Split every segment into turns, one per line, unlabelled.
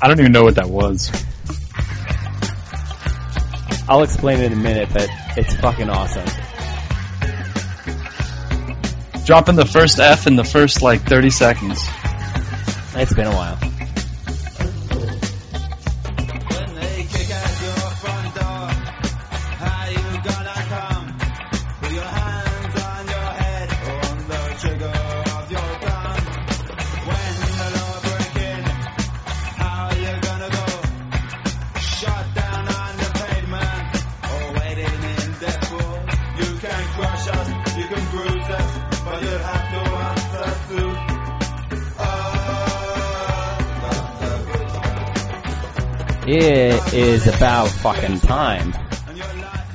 I don't even know what that was.
I'll explain it in a minute, but it's fucking awesome.
Dropping the first F in the first like 30 seconds.
It's been a while.
When they kick at your front door, how you gonna come? With your hands on your head, on the trigger of your gun. When the law break in, how you gonna go? Shot down on the pavement, or waiting in death row. You can crush us, you can bruise us, but you'll have to answer to Oh,
It is about fucking time.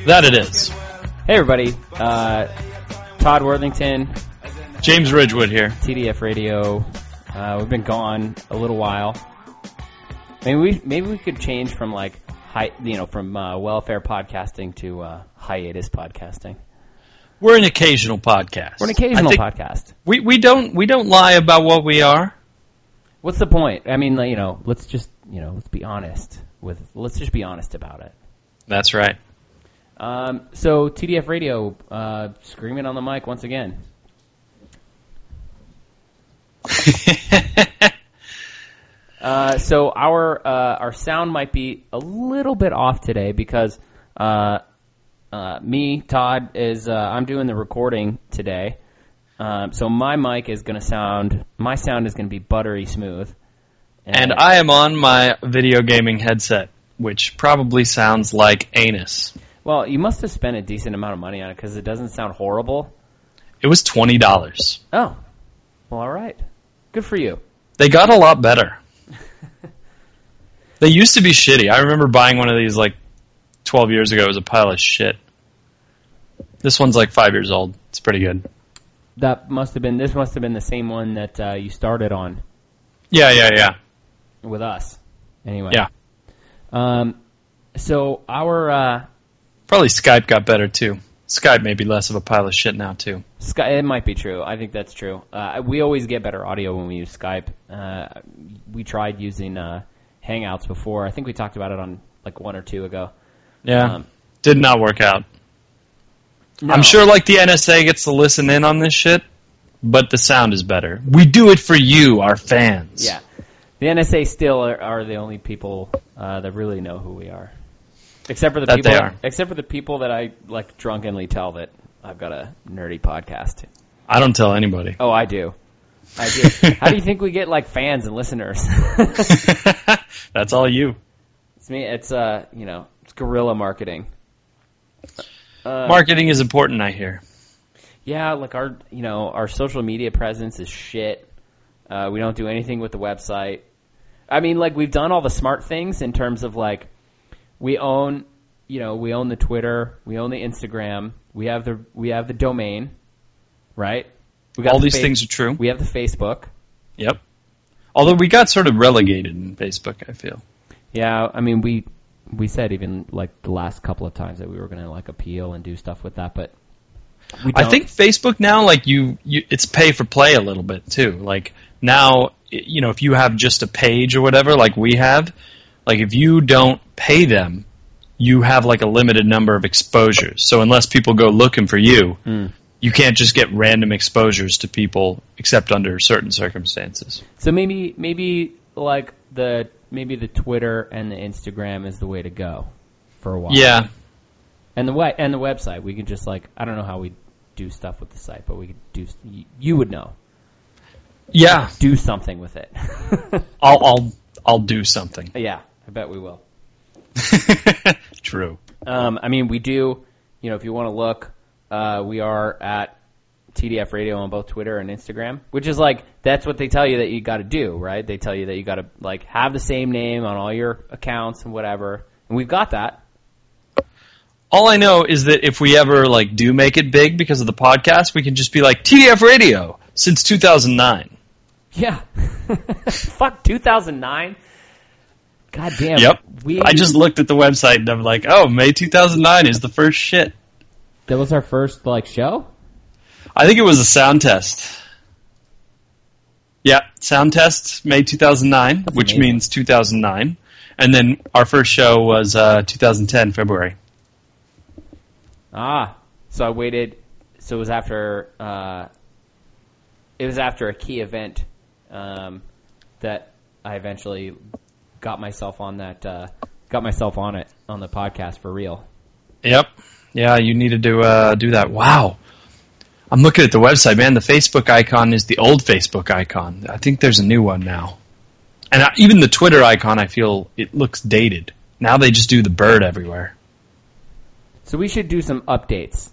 That it is.
Hey everybody, uh, Todd Worthington,
James Ridgewood here.
TDF Radio. Uh, we've been gone a little while. Maybe we maybe we could change from like hi, you know from uh, welfare podcasting to uh, hiatus podcasting.
We're an occasional podcast.
We're an occasional
I think
podcast.
We we don't we don't lie about what we are.
What's the point? I mean, like, you know, let's just you know let's be honest with let's just be honest about it.
That's right.
Um, so TDF Radio uh, screaming on the mic once again. Uh, so our uh, our sound might be a little bit off today because uh, uh, me Todd is uh, I'm doing the recording today, um, so my mic is going to sound my sound is going to be buttery smooth,
and I am on my video gaming headset, which probably sounds like anus.
well you must have spent a decent amount of money on it because it doesn't sound horrible.
It was twenty dollars.
Oh, well, all right, good for you.
They got a lot better. they used to be shitty. I remember buying one of these like twelve years ago. It was a pile of shit. This one's like five years old. It's pretty good.
That must have been this must have been the same one that uh, you started on
Yeah, yeah, yeah,
with us. Anyway,
yeah.
Um, so our uh,
Probably Skype got better too. Skype may be less of a pile of shit now too.
Sky, it might be true. I think that's true. Uh, we always get better audio when we use Skype. Uh, we tried using uh, Hangouts before. I think we talked about it on like one or two ago.
Yeah,
Um,
did not work out. I'm sure like the NSA gets to listen in on this shit, but the sound is better. We do it for you, our fans.
Yeah, the NSA still are, are the only people uh, that really know who we are, except for the
That
people.
they are.
Except for the people that I like drunkenly tell that I've got a nerdy podcast.
I don't tell anybody.
Oh, I do. I do. How do you think we get like fans and listeners?
That's all you.
It's me. It's uh, you know, it's guerrilla marketing. Uh,
Marketing is important, I hear.
Yeah, like our, you know, our social media presence is shit. Uh, we don't do anything with the website. I mean, like we've done all the smart things in terms of like we own, you know, we own the Twitter, we own the Instagram, we have the we have the domain, right? We
All
the
these
Fa-
things are true.
We have the Facebook.
Yep. Although we got sort of relegated in Facebook, I feel.
Yeah, I mean we we said even like the last couple of times that we were going to like appeal and do stuff with that, but we
I
don't.
think Facebook now, like you, you, it's pay for play a little bit too. Like now, i- you know, if you have just a page or whatever, like we have, like if you don't pay them, you have like a limited number of exposures. So unless people go looking for you, you can't just get random exposures to people except under certain circumstances.
So maybe maybe like the maybe the Twitter and the Instagram is the way to go for a while.
Yeah,
And the we- and the website we could just like I don't know how we do stuff with the site, but we could do y- you would know
yeah.
do something with it.
I'll, I'll, I'll do something.
yeah, I bet we will.
True.
Um, I mean we do. You know if you want to look, uh, we are at TDF Radio on both Twitter and Instagram, which is like that's what they tell you that you got to do, right? They tell you that you got to like have the same name on all your accounts and whatever, and we've got that.
All I know is that if we ever like do make it big because of the podcast, we can just be like TDF Radio since 2009.
Yeah. Fuck 2009. God damn. We,
I just looked at the website and I'm like, oh, May 2009 is the first shit.
that was our first like show.
I think it was a sound test. Yeah, sound test May 2009, which
amazing.
means 2009, and then our first show was uh, 2010 February.
Ah, so I waited. So it was after. Uh, it was after a key event um, that I eventually got myself on that. Uh, got myself on it on the podcast for real.
Yep. Yeah, you needed to uh, do that. Wow. I'm looking at the website, man. The Facebook icon is the old Facebook icon. I think there's a new one now. And I, even the Twitter icon, I feel it looks dated. Now they just do the bird everywhere.
So we should do some updates.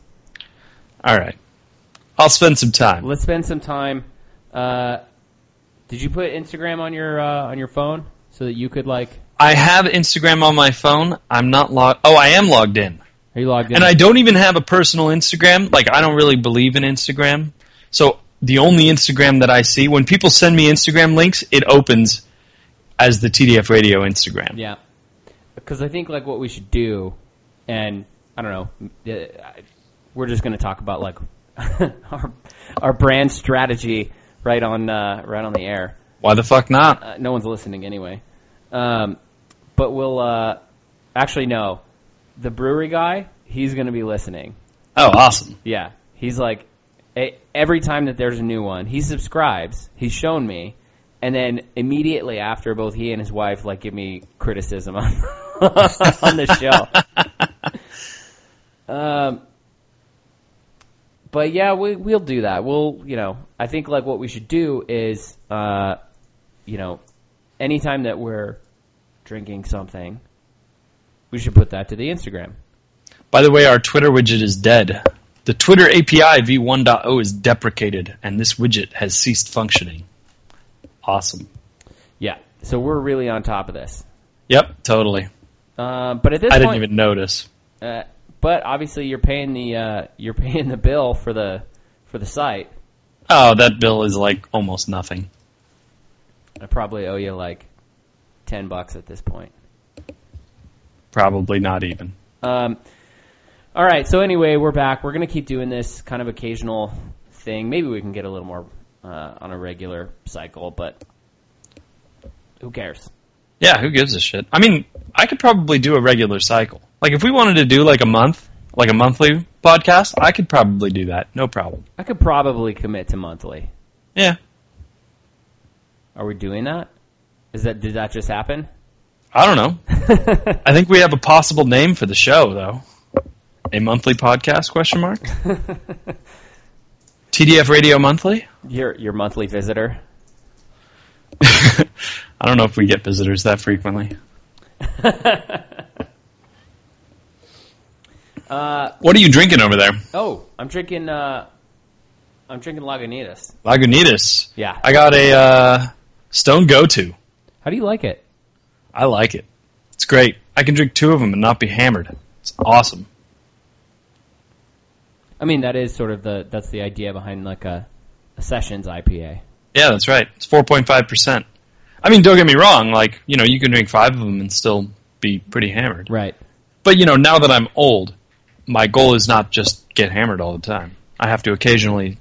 All right. I'll spend some time.
Let's spend some time. Uh, did you put Instagram on your uh, on your phone so that you could like?
I have Instagram on my phone. I'm not logged. Oh, I am logged in.
Are you logged in?
And I don't even have a personal Instagram. Like I don't really believe in Instagram. So the only Instagram that I see when people send me Instagram links, it opens as the TDF Radio Instagram.
Yeah, because I think like what we should do, and I don't know, uh, I- we're just gonna talk about like our our brand strategy right on uh, right on the air.
Why the fuck not?
Uh, no one's listening anyway, um, but we'll uh, actually no, the brewery guy he's gonna be listening.
Oh, awesome.
Yeah, he's like e- every time that there's a new one, he subscribes. He's shown me, and then immediately after, both he and his wife like give me criticism on on the show. um, but yeah, we we'll do that. We'll you know, I think like what we should do is uh, you know, anytime that we're drinking something, we should put that to the Instagram.
By the way, our Twitter widget is dead. The Twitter API v1.0 is deprecated, and this widget has ceased functioning. Awesome.
Yeah, so we're really on top of this.
Yep, totally.
Uh, but at this
I didn't
point,
even notice.
uh, but obviously you're paying the uh, you're paying the bill for the for the site.
Oh, that bill is like almost nothing.
I probably owe you like ten bucks at this point.
Probably not even.
Um, all right, so anyway, we're back. We're gonna keep doing this kind of occasional thing. Maybe we can get a little more uh, on a regular cycle, but who cares?
Yeah, who gives a shit? I mean, I could probably do a regular cycle. Like if we wanted to do like a month, like a monthly podcast, I could probably do that. No problem.
I could probably commit to monthly.
Yeah.
Are we doing that? Is that did that just happen?
I don't know. I think we have a possible name for the show though. A monthly podcast question mark? TDF Radio Monthly?
your your monthly visitor.
I don't know if we get visitors that frequently.
Uh,
What are you drinking over there?
Oh, I'm drinking. Uh, I'm drinking Lagunitas.
Lagunitas.
Yeah.
I got a uh, Stone Go To.
How do you like it?
I like it. It's great. I can drink two of them and not be hammered. It's awesome.
I mean, that is sort of the that's the idea behind like a, a sessions IPA.
Yeah, that's right. It's 4.5%. I mean, don't get me wrong. Like, you know, you can drink five of them and still be pretty hammered.
Right.
But, you know, now that I'm old, my goal is not just get hammered all the time. I have to occasionally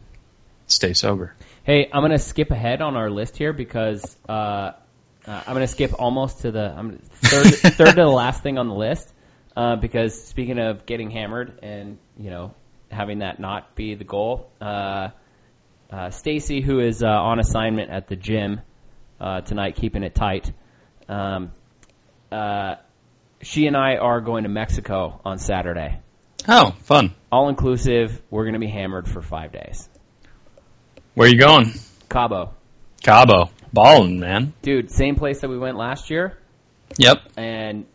stay sober.
Hey, I'm gonna skip ahead on our list here because uh, uh, I'm gonna skip almost to the I'm third third to the last thing on the list uh, because speaking of getting hammered and you know having that not be the goal, uh, uh, Stacy, who is uh, on assignment at the gym uh, tonight, keeping it tight. Um, uh, she and I are going to Mexico on Saturday,
Oh, fun.
all inclusive. We're gonna be hammered for five days.
Where you going?
Cabo,
Cabo. Ballin', man.
dude, same place that we went last year.
Yep.
and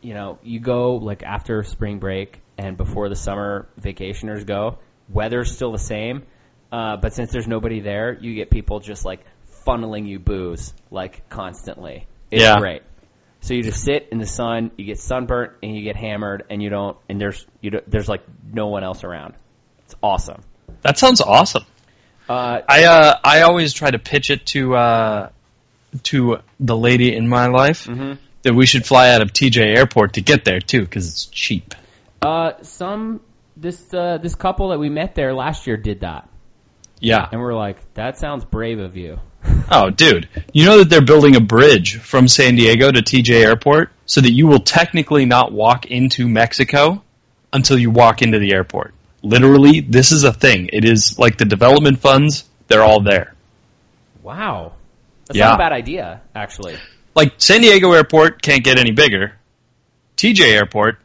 you know you go like after spring break and before the summer vacationers go weather's still the same uh, but since there's nobody there you get people just like funneling you booze like constantly it's
Yeah.
great so you just sit in the sun you get sunburnt and you get hammered and you don't and there's you don't, there's like no one else around it's awesome
That sounds awesome.
uh,
I uh, I always try to pitch it to uh, to the lady in my life
Mm-hmm.
that we should fly out of TJ Airport to get there too because it's cheap.
uh, some this uh, this couple that we met there last year did that
Yeah,
and we're like that sounds brave of you
Oh, dude, you know that they're building a bridge from San Diego to TJ Airport so that you will technically not walk into Mexico until you walk into the airport. Literally, this is a thing. It is like the development funds, they're all there.
Wow. That's
Yeah.
not a bad idea, actually.
Like San Diego Airport can't get any bigger. TJ Airport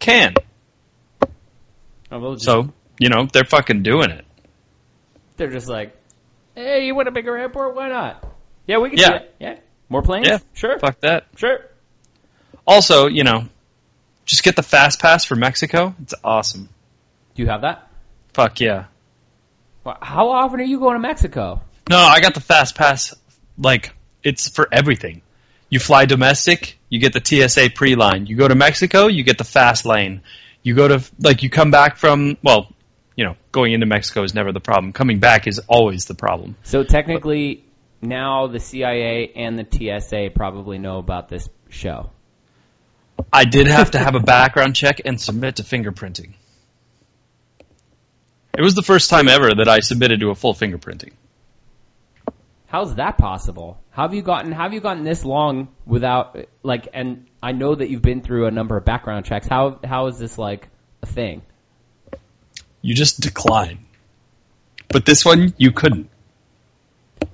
can.
Oh, we'll just-
So, you know, they're fucking doing it.
they're just like, hey, you want a bigger airport? Why not? Yeah, we can
Yeah.
do it. Yeah. More planes?
Yeah.
Sure.
Fuck that.
Sure.
Also, you know, just get the fast pass for Mexico. It's awesome.
Do you have that?
Fuck yeah.
Wha- How often are you going to Mexico?
No, I got the fast pass. Like it's for everything. You fly domestic, you get the TSA pre line. You go to Mexico, you get the fast lane. You go to like you come back from well, you know, going into Mexico is never the problem. Coming back is always the problem.
So technically, now the CIA and the TSA probably know about this show.
I did have to have a background check and submit to fingerprinting. It was the first time ever that I submitted to a full fingerprinting.
How's that possible? How have you gotten? How have you gotten this long without like? And I know that you've been through a number of background checks. How how is this like a thing?
You just decline. But this one you couldn't.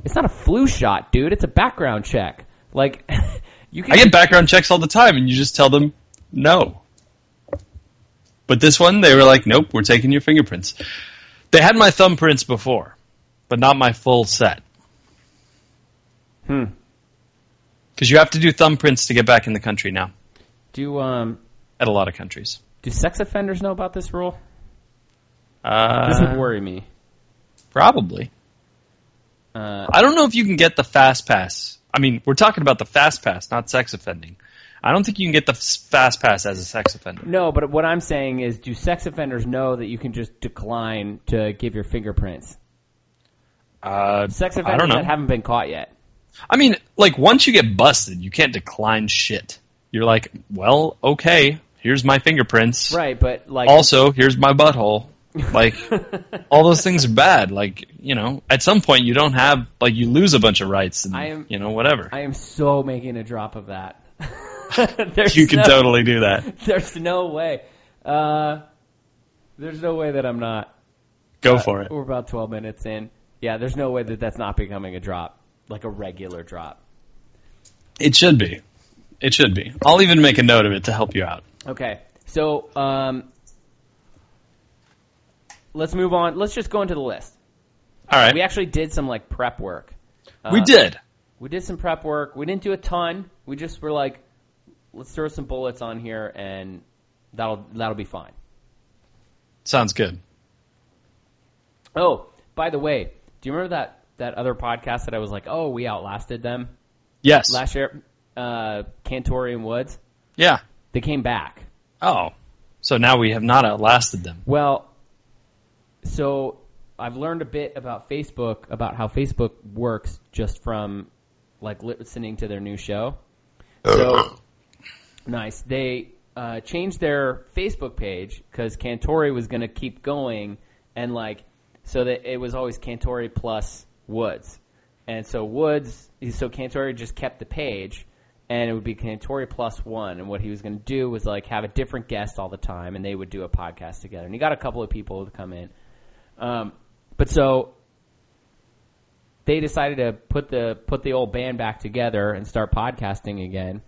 It's not a flu shot, dude. It's a background check. Like you can.
I get background checks all the time, and you just tell them no. But this one, they were like, nope, we're taking your fingerprints. They had my thumbprints before, but not my full set.
Hmm.
Because you have to do thumbprints to get back in the country now,
Do um
at a lot of countries.
do sex offenders know about this rule? This
Uh,
would worry me.
probably.
Uh,
I don't know if you can get the fast pass. I mean, we're talking about the fast pass, not sex offending. I don't think you can get the f- fast pass as a sex offender.
no, but what I'm saying is, do sex offenders know that you can just decline to give your fingerprints?
Uh,
Sex
I don't
offenders
know.
that haven't been caught yet.
I mean, like once you get busted, you can't decline shit. You're like, well, okay, here's my fingerprints.
Right, but like
Also, here's my butthole. Like, all those things are bad. Like, you know, at some point you don't have like you lose a bunch of rights and
I am-
you know whatever.
I am so making a drop of that. there's
you can
no,
totally do that.
There's no way. Uh, there's no way that I'm not.
Go for it.
We're about 12 minutes in. Yeah, there's no way that that's not becoming a drop, like a regular drop.
It should be. It should be. I'll even make a note of it to help you out.
Okay, so um, let's move on. Let's just go into the list.
All right.
We actually did some like prep work. Uh,
we did.
We did some prep work. We didn't do a ton. We just were like, let's throw some bullets on here, and that'll that'll be fine.
Sounds good.
Oh, by the way, do you remember that that other podcast that I was like, oh, we outlasted them
Yes.
last year? Uh, Cantori and Woods,
yeah.
they came back.
Oh. So now we have not outlasted them.
Well, so I've learned a bit about Facebook, about how Facebook works, just from like listening to their new show. So nice. They uh, changed their Facebook page because Cantori was going to keep going, and like so that it was always Cantori plus Woods, and so Woods, so Cantori just kept the page. And it would be Cantori plus one. And what he was going to do was like have a different guest all the time, and they would do a podcast together. And he got a couple of people to come in. Um, but so they decided to put the put the old band back together and start podcasting again.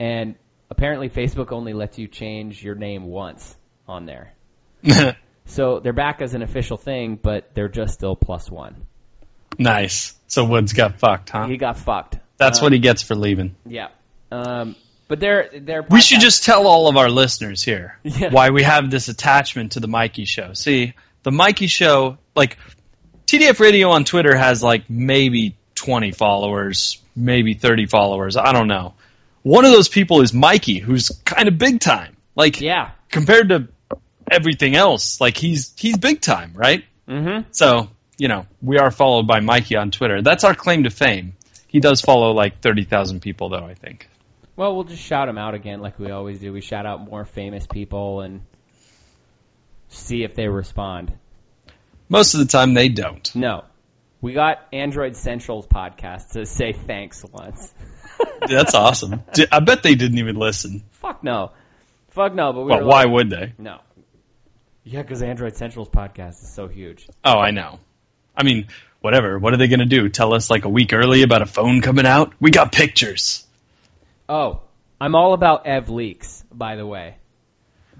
And apparently, Facebook only lets you change your name once on there. So they're back as an official thing, but they're just still plus one.
nice. So Woods got fucked, huh?
He got fucked.
That's
Uh,
what he gets for leaving.
Yeah. Um, but they're they're.
We should just tell all of our listeners here
Yeah.
why we have this attachment to the Mikey Show. See, the Mikey Show, like TDF Radio on Twitter has like maybe 20 followers, maybe 30 followers. I don't know. One of those people is Mikey, who's kind of big time. Like,
Yeah.
compared to everything else, like he's he's big time, right?
Mm-hmm.
So, you know, we are followed by Mikey on Twitter. That's our claim to fame. He does follow like 30,000 people, though, I think.
Well, we'll just shout them out again, like we always do. We shout out more famous people and see if they respond.
Most of the time, they don't.
No. We got Android Central's podcast to say thanks once.
That's awesome. Di- I bet they didn't even listen.
Fuck no. Fuck no, but we
Well,
were
why
like,
would they?
No. Yeah, because Android Central's podcast is so huge.
Oh, I know. I mean, whatever. What are they going to do? Tell us like a week early about a phone coming out? We got pictures.
Oh, I'm all about Ev Leaks, by the way.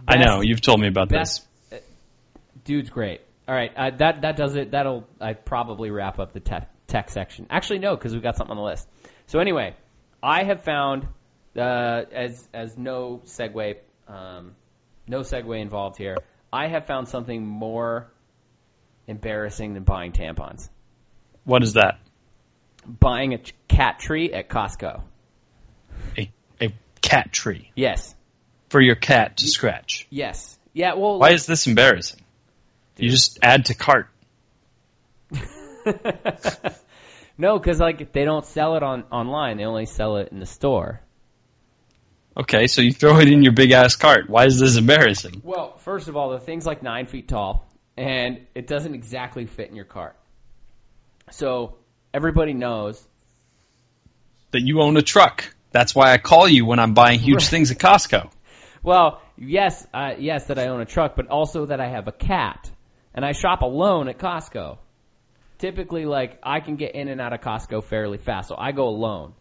I
Best-
know. You've told me about
Best
this.
dude's great. All right, uh, that that does it. That'll I probably wrap up the tech tech section. Actually, no, because we got something on the list. So anyway, I have found uh, as as no segue, um, no segue involved here. I have found something more embarrassing than buying tampons.
What is that?
Buying a ch- cat tree at Costco.
A, a cat tree
Yes,
for your cat to scratch.
yes, yeah. Well,
Why is this embarrassing? You just add to cart.
no, because like they don't sell it on online. They only sell it in the store.
Okay, so you throw it in your big ass cart. Why is this embarrassing?
Well, first of all, the thing's like nine feet tall, and it doesn't exactly fit in your cart. So everybody knows.
That you own a truck. That's why I call you when I'm buying huge
Right.
things at Costco.
Well, yes, uh, yes, that I own a truck, but also that I have a cat, and I shop alone at Costco. Typically, like I can get in and out of Costco fairly fast, so I go alone.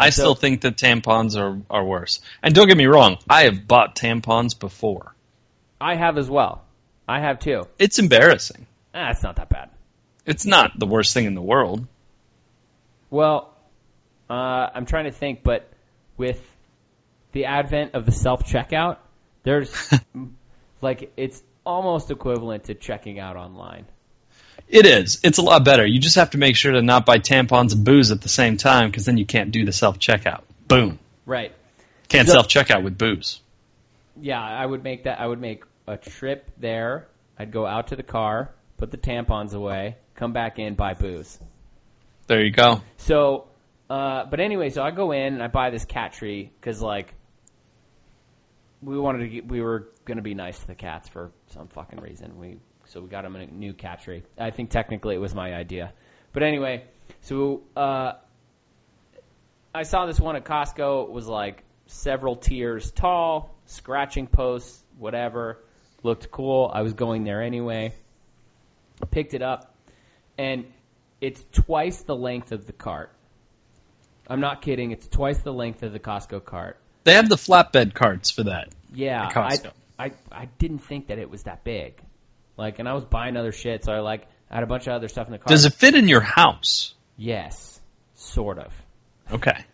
I still think that tampons are, are worse. And don't get me wrong, I have bought tampons before.
I have as well. I have two.
It's embarrassing.
Ah, it's not that bad.
It's not the worst thing in the world.
Well, uh, I'm trying to think, but with the advent of the self checkout, there's like it's almost equivalent to checking out online.
It is. It's a lot better. You just have to make sure to not buy tampons and booze at the same time because then you can't do the self checkout. Boom.
Right.
Can't
So-
self checkout with booze.
Yeah, I would make that. I would make a trip there. I'd go out to the car, put the tampons away, come back in, buy booze.
There you go.
So, uh, but anyway, so I go in and I buy this cat tree because like we wanted to, get, we were gonna be nice to the cats for some fucking reason. We so we got them a new cat tree. I think technically it was my idea, but anyway, so uh, I saw this one at Costco. It was like several tiers tall, scratching posts, whatever. Looked cool. I was going there anyway. Picked it up, and it's twice the length of the cart. I'm not kidding. It's twice the length of the Costco cart.
They have the flatbed carts for that.
Yeah,
At
I,
Costco.
I I didn't think that it was that big. Like, and I was buying other shit, so I like I had a bunch of other stuff in the cart.
Does it fit in your house?
Yes, sort of.
Okay.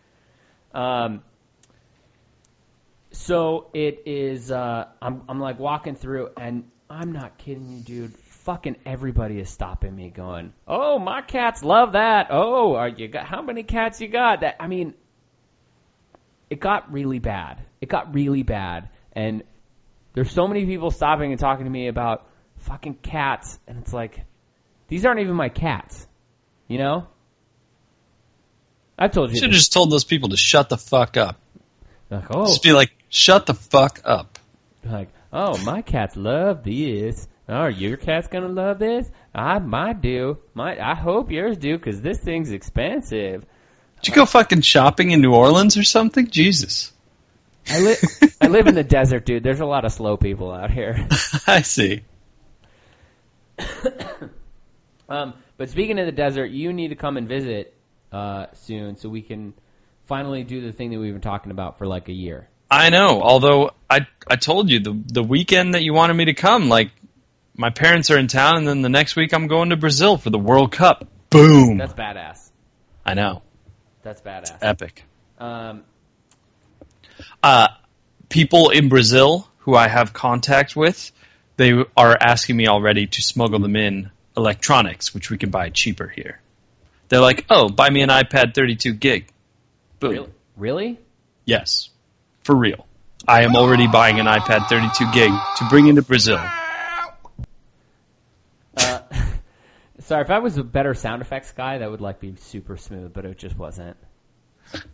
Um, so it is. Uh, I'm I'm like walking through, and I'm not kidding you, dude. Fucking everybody is stopping me, going, "Oh, my cats love that. Oh, are you got how many cats you got?" That I mean, it got really bad. It got really bad, and there's so many people stopping and talking to me about fucking cats, and it's like, these aren't even my cats, you know. I've told you.
You should have
this.
just told those people to shut the fuck up.
Like, oh,
Just be like, shut the fuck up.
like, oh, my cats love this. Are your cats gonna love this? I might do. Might I hope yours do, cause this thing's expensive.
Did you go fucking shopping in New Orleans or something? Jesus.
I live I live in the desert, dude. There's a lot of slow people out here.
I see.
Um, but speaking of the desert, you need to come and visit uh, soon, so we can finally do the thing that we've been talking about for like a year.
I know. Although I I told you the the weekend that you wanted me to come, like my parents are in town, and then the next week I'm going to Brazil for the World Cup. Boom!
That's badass.
I know.
That's badass.
Epic.
Um,
Uh, people in Brazil who I have contact with, they are asking me already to smuggle them in electronics, which we can buy cheaper here. They're like, oh, buy me an iPad 32 gig. Boom.
really? Really?
Yes, for real. I am already buying an iPad 32 gig to bring into Brazil.
Uh, sorry, if I was a better sound effects guy, that would like be super smooth, but it just wasn't.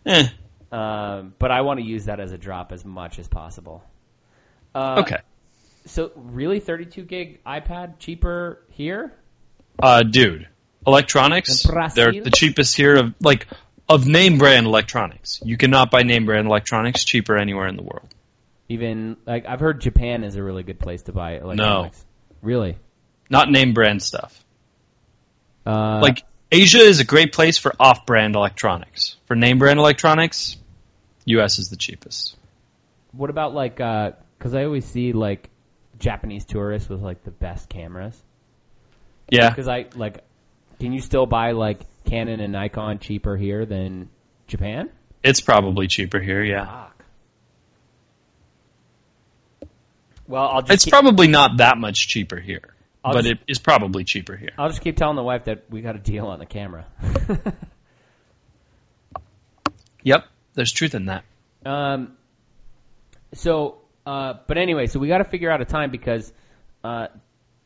Eh,
Um, but I want to use that as a drop as much as possible. Uh,
okay.
So really, 32 gig iPad cheaper here?
Uh, dude, electronics.
In Brazil?
They're the cheapest here of like of name brand electronics. You cannot buy name brand electronics cheaper anywhere in the world.
Even like I've heard Japan is a really good place to buy electronics. Really?
Not name brand stuff.
Uh,
like Asia is a great place for off brand electronics. For name brand electronics, US is the cheapest.
what about like? Because I always see like Japanese tourists with like the best cameras.
Yeah.
Because I like, can you still buy like Canon and Nikon cheaper here than Japan?
It's probably cheaper here, yeah.
Fuck. Well, I'll just
It's
keep,
probably not that much cheaper here.
I'll
but
just-
it is probably cheaper here.
I'll just keep telling the wife that we got a deal on the camera.
Yep. There's truth in that.
um, so, uh, but anyway, so we got to figure out a time because uh,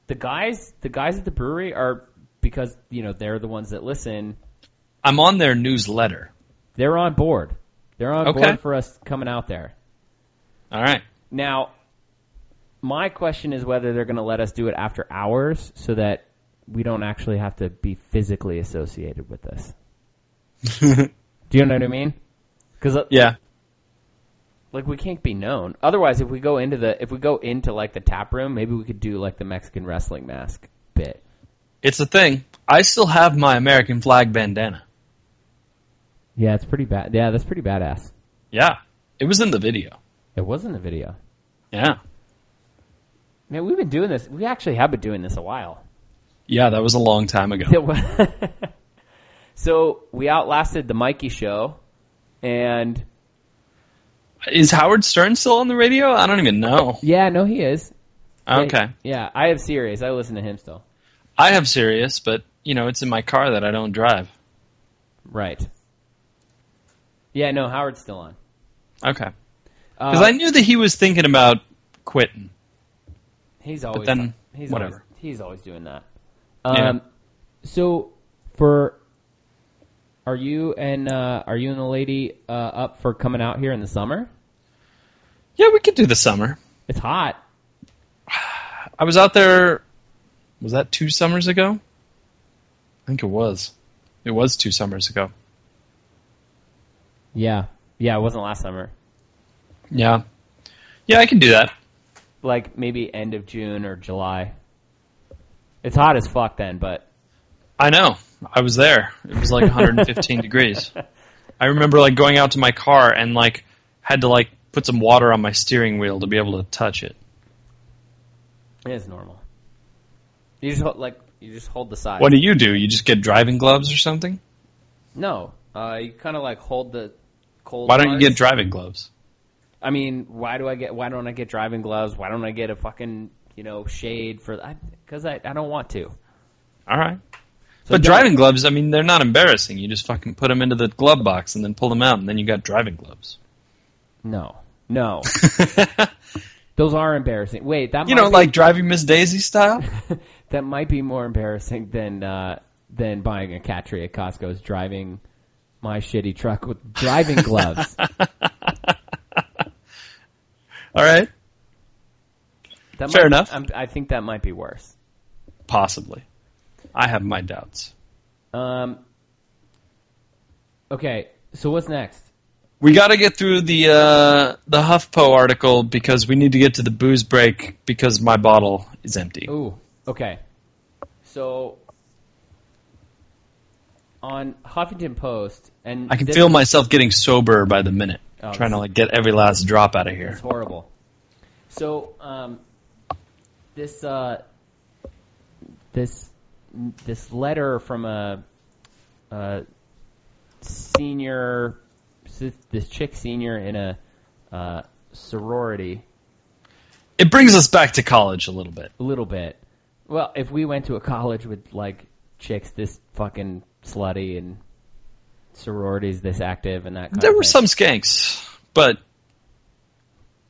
the guys, the guys at the brewery are because you know they're the ones that listen.
I'm on their newsletter.
They're on board. They're on
Okay.
board for us coming out there.
All right.
Now, my question is whether they're going to let us do it after hours so that we don't actually have to be physically associated with this. Do you know what I mean? Because
yeah.
like we can't be known. Otherwise, if we go into the if we go into like the tap room, maybe we could do like the Mexican wrestling mask bit.
It's a thing. I still have my American flag bandana.
Yeah, it's pretty bad. Yeah, that's pretty badass.
Yeah. It was in the video.
It was in the video.
Yeah.
Man, we've been doing this. We actually have been doing this a while.
Yeah, that was a long time ago.
It was. so we outlasted the Mikey show, and
Is Howard Stern still on the radio? I don't even know.
yeah, no, he is.
Okay.
Yeah, yeah, I have Sirius. I listen to him still.
I have Sirius, but you know, it's in my car that I don't drive.
Right. Yeah, no, Howard's still on.
Okay.
Uh,
Because I knew that he was thinking about quitting.
He's always
then,
he's
whatever.
Always, he's always doing that.
Yeah.
Um, so for are you and uh, are you and the lady uh, up for coming out here in the summer?
Yeah, we could do the summer.
It's hot.
I was out there was that two summers ago? I think it was. It was two summers ago.
Yeah, yeah. It wasn't last summer.
Yeah. Yeah, I can do that.
Like maybe end of June or July. It's hot as fuck then, but
I know. I was there. It was like 115 degrees. I remember like going out to my car and like had to like put some water on my steering wheel to be able to touch it.
it is normal. You just hold, like you just hold the side.
What do you do? You just get driving gloves or something?
No, uh, you kind of like hold the cold.
Why don't you
parts.
get driving gloves?
I mean, why do I get? Why don't I get driving gloves? Why don't I get a fucking you know shade for? Because I, I don't want to.
All right.
So
But
don't-
driving gloves, I mean, they're not embarrassing. You just fucking put them into the glove box and then pull them out, and then you got driving gloves.
No, no, those are embarrassing. Wait, that
you
might
know,
be,
like driving Miss Daisy style.
that might be more embarrassing than uh, than buying a cat tree at Costco's driving my shitty truck with driving gloves.
All right,
That
Fair
might-
enough.
I'm, I think that might be worse.
possibly. I have my doubts.
Um. Okay, so what's next?
We got to get through the uh, the HuffPo article because we need to get to the booze break because my bottle is empty.
Ooh, okay. So on Huffington Post, and
I can
this
feel
is-
myself getting sober by the minute,
Oh,
trying to
this-
like get every last drop out of here.
it's horrible. So um, this uh, this this letter from a, a senior, this chick senior in a uh, sorority.
It brings us back to college a little bit.
A little bit. Well, if we went to a college with like chicks this fucking slutty and sororities this active and that kind
There
of
were
thing.
some skanks, but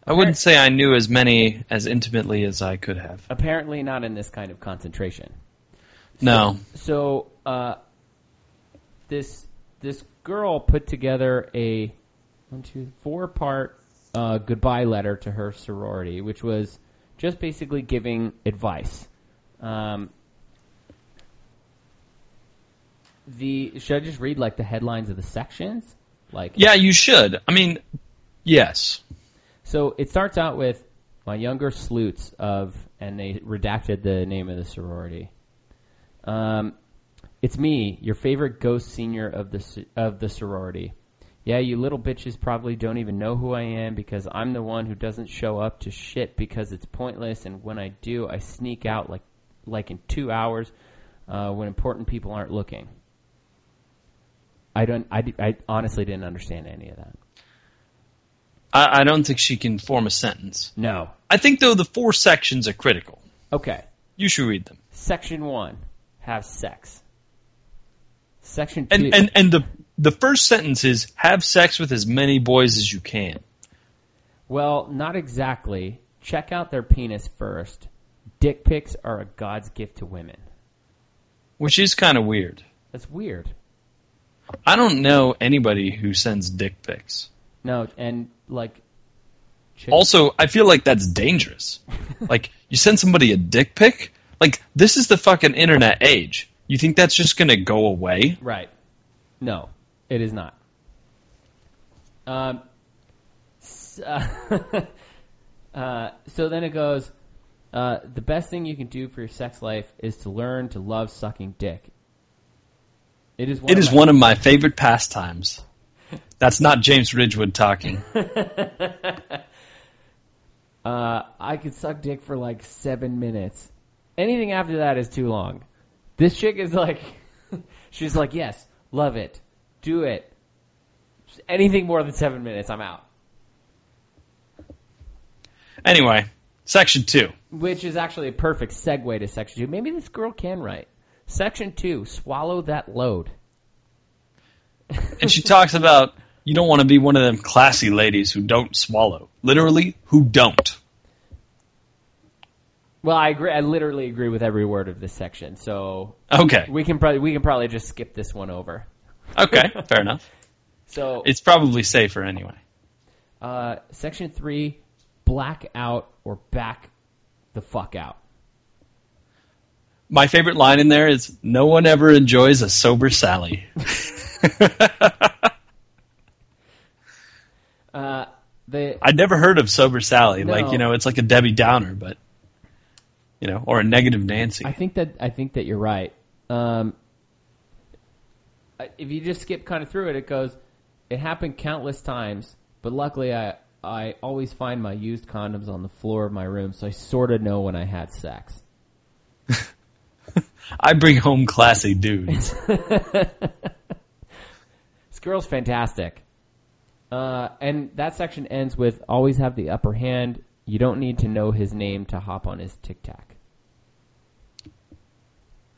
I wouldn't say I knew as many as intimately as I could have.
apparently not in this kind of concentration.
No.
So uh, this this girl put together a one two four part uh, goodbye letter to her sorority, which was just basically giving advice. Um, the should I just read like the headlines of the sections? Like
Yeah, you should. I mean, yes.
So it starts out with my younger sleuths of, and they redacted the name of the sorority. Um, it's me, your favorite ghost senior of the s- of the sorority. Yeah, you little bitches probably don't even know who I am because I'm the one who doesn't show up to shit because it's pointless, and when I do, I sneak out like like in two hours uh, when important people aren't looking. I don't. I, di- I honestly didn't understand any of that.
I, I don't think she can form a sentence.
No.
I think though the four sections are critical.
Okay.
You should read them.
Section one, have sex. Section two,
And and and the the first sentence is have sex with as many boys as you can.
well, not exactly. Check out their penis first. Dick pics are a god's gift to women.
Which is kind of weird.
That's weird.
I don't know anybody who sends dick pics.
No, and like, chick-
Also, I feel like that's dangerous. Like you send somebody a dick pic? Like this is the fucking internet age. You think that's just going to go away?
right? No, it is not. Um, s- uh, uh, so then it goes. Uh, the best thing you can do for your sex life is to learn to love sucking dick. It is one.
It
of
is
my-
one of my favorite pastimes. That's not James Ridgewood talking.
Uh, I could suck dick for like seven minutes. Anything after that is too long. This chick is like, she's like, yes, love it, do it. Anything more than seven minutes, I'm out.
Anyway, section 2.
Which is actually a perfect segue to section two. Maybe this girl can write. Section two, swallow that load.
And she talks about you don't want to be one of them classy ladies who don't swallow. Literally, who don't.
Well, I agree. I literally agree with every word of this section, so
Okay.
we can probably we can probably just skip this one over.
Okay, fair enough.
So
It's probably safer anyway.
Uh, section three, black out or back the fuck out.
My favorite line in there is no one ever enjoys a sober Sally.
Uh, the
I'd never heard of sober Sally.
No.
Like, you know, it's like a Debbie Downer, but you know, or a negative Nancy.
I think that I think that you're right. Um, I- if you just skip kind of through it, it goes. It happened countless times, but luckily I I always find my used condoms on the floor of my room, so I sort of know when I had sex.
I bring home classy dudes.
This girl's fantastic. Uh, and that section ends with always have the upper hand. You don't need to know his name to hop on his tic tac.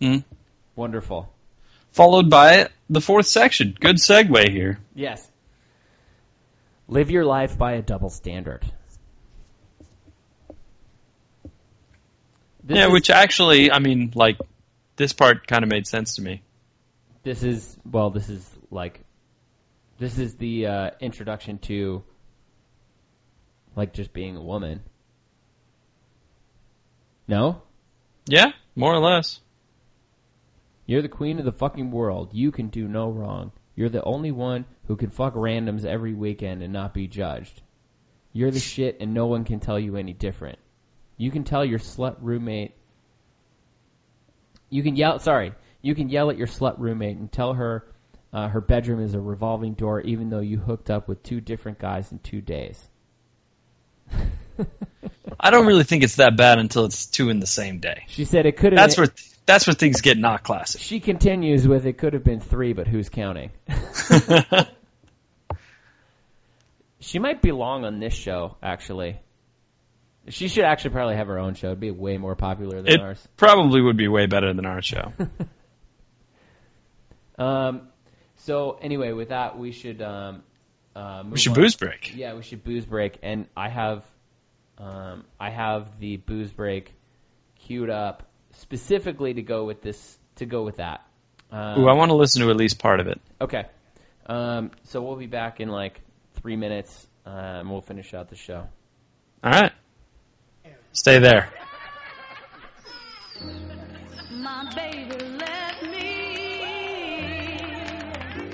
Hmm.
Wonderful.
Followed by the fourth section. Good segue here.
Yes. Live your life by a double standard. This
yeah,
is,
which actually, I mean, like, this part kind of made sense to me.
this is well, this is like this is the uh, introduction to like just being a woman. No?
Yeah, more or less.
You're the queen of the fucking world. You can do no wrong. You're the only one who can fuck randoms every weekend and not be judged. You're the shit and no one can tell you any different. You can tell your slut roommate You can yell sorry, you can yell at your slut roommate and tell her uh, her bedroom is a revolving door even though you hooked up with two different guys in 2 days.
I don't really think it's that bad until it's two in the same day.
She said it could have
That's
been,
where that's where things get not classic.
she continues with it could have been 3 but who's counting? She might belong on this show, actually. She should actually probably have her own show. It'd be way more popular than
it
ours.
probably would be way better than our show.
Um, so anyway, with that, we should um, uh, move
We should
on.
booze break.
Yeah, we should booze break. And I have, um, I have the booze break queued up specifically to go with this. To go with that. Um,
Ooh, I want to listen to at least part of it.
okay. Um, so we'll be back in like three minutes, uh, and we'll finish out the show.
All right, stay there.
My baby left me.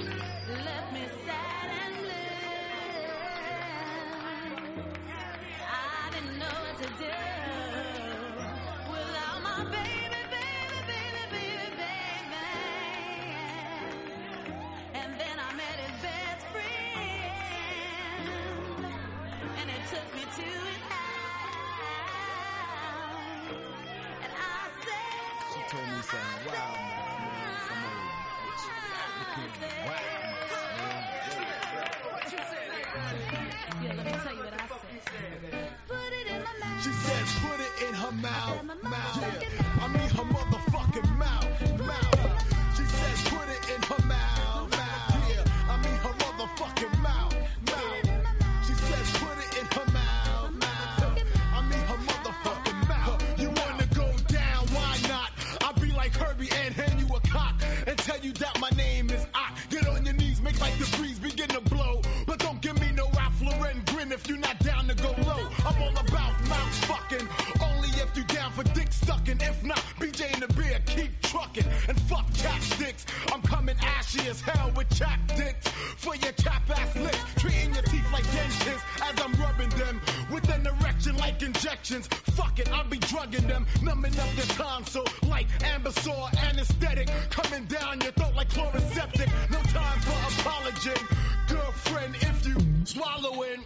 saying, wow, man, I'm old.
Yeah, let me tell you what I said. Put it in my mouth.
She said, put it in her
Put
mouth,
it in my
mouth.
motherfucking
I mean her motherfucking mouth, mouth. She said, put it in her mouth, mouth. Yeah, I mean her motherfucking mouth, mouth. She said, put it in her mouth, mouth. I mean her motherfucking mouth. You wanna go down? Why not? I'll be like Herbie and hand you a cock and tell you that my name is Ock. Get on your knees, make like the breeze begin to blow. But don't give me no Ralph Lauren grin if you're not down to go low. I'm all about mouth fucking, only if you down for dick sucking. If not, BJ and the beer keep trucking and fuck chapsticks. I'm coming ashy as hell with chapsticks for your cap ass lips, treating your teeth like dentists as I'm rubbing them with an erection like injections. Fuck it, I'll be drugging them, numbing up their console like ambassador anesthetic, coming down your throat like chloroseptic. No time for apologizing, girlfriend. If you swallowing,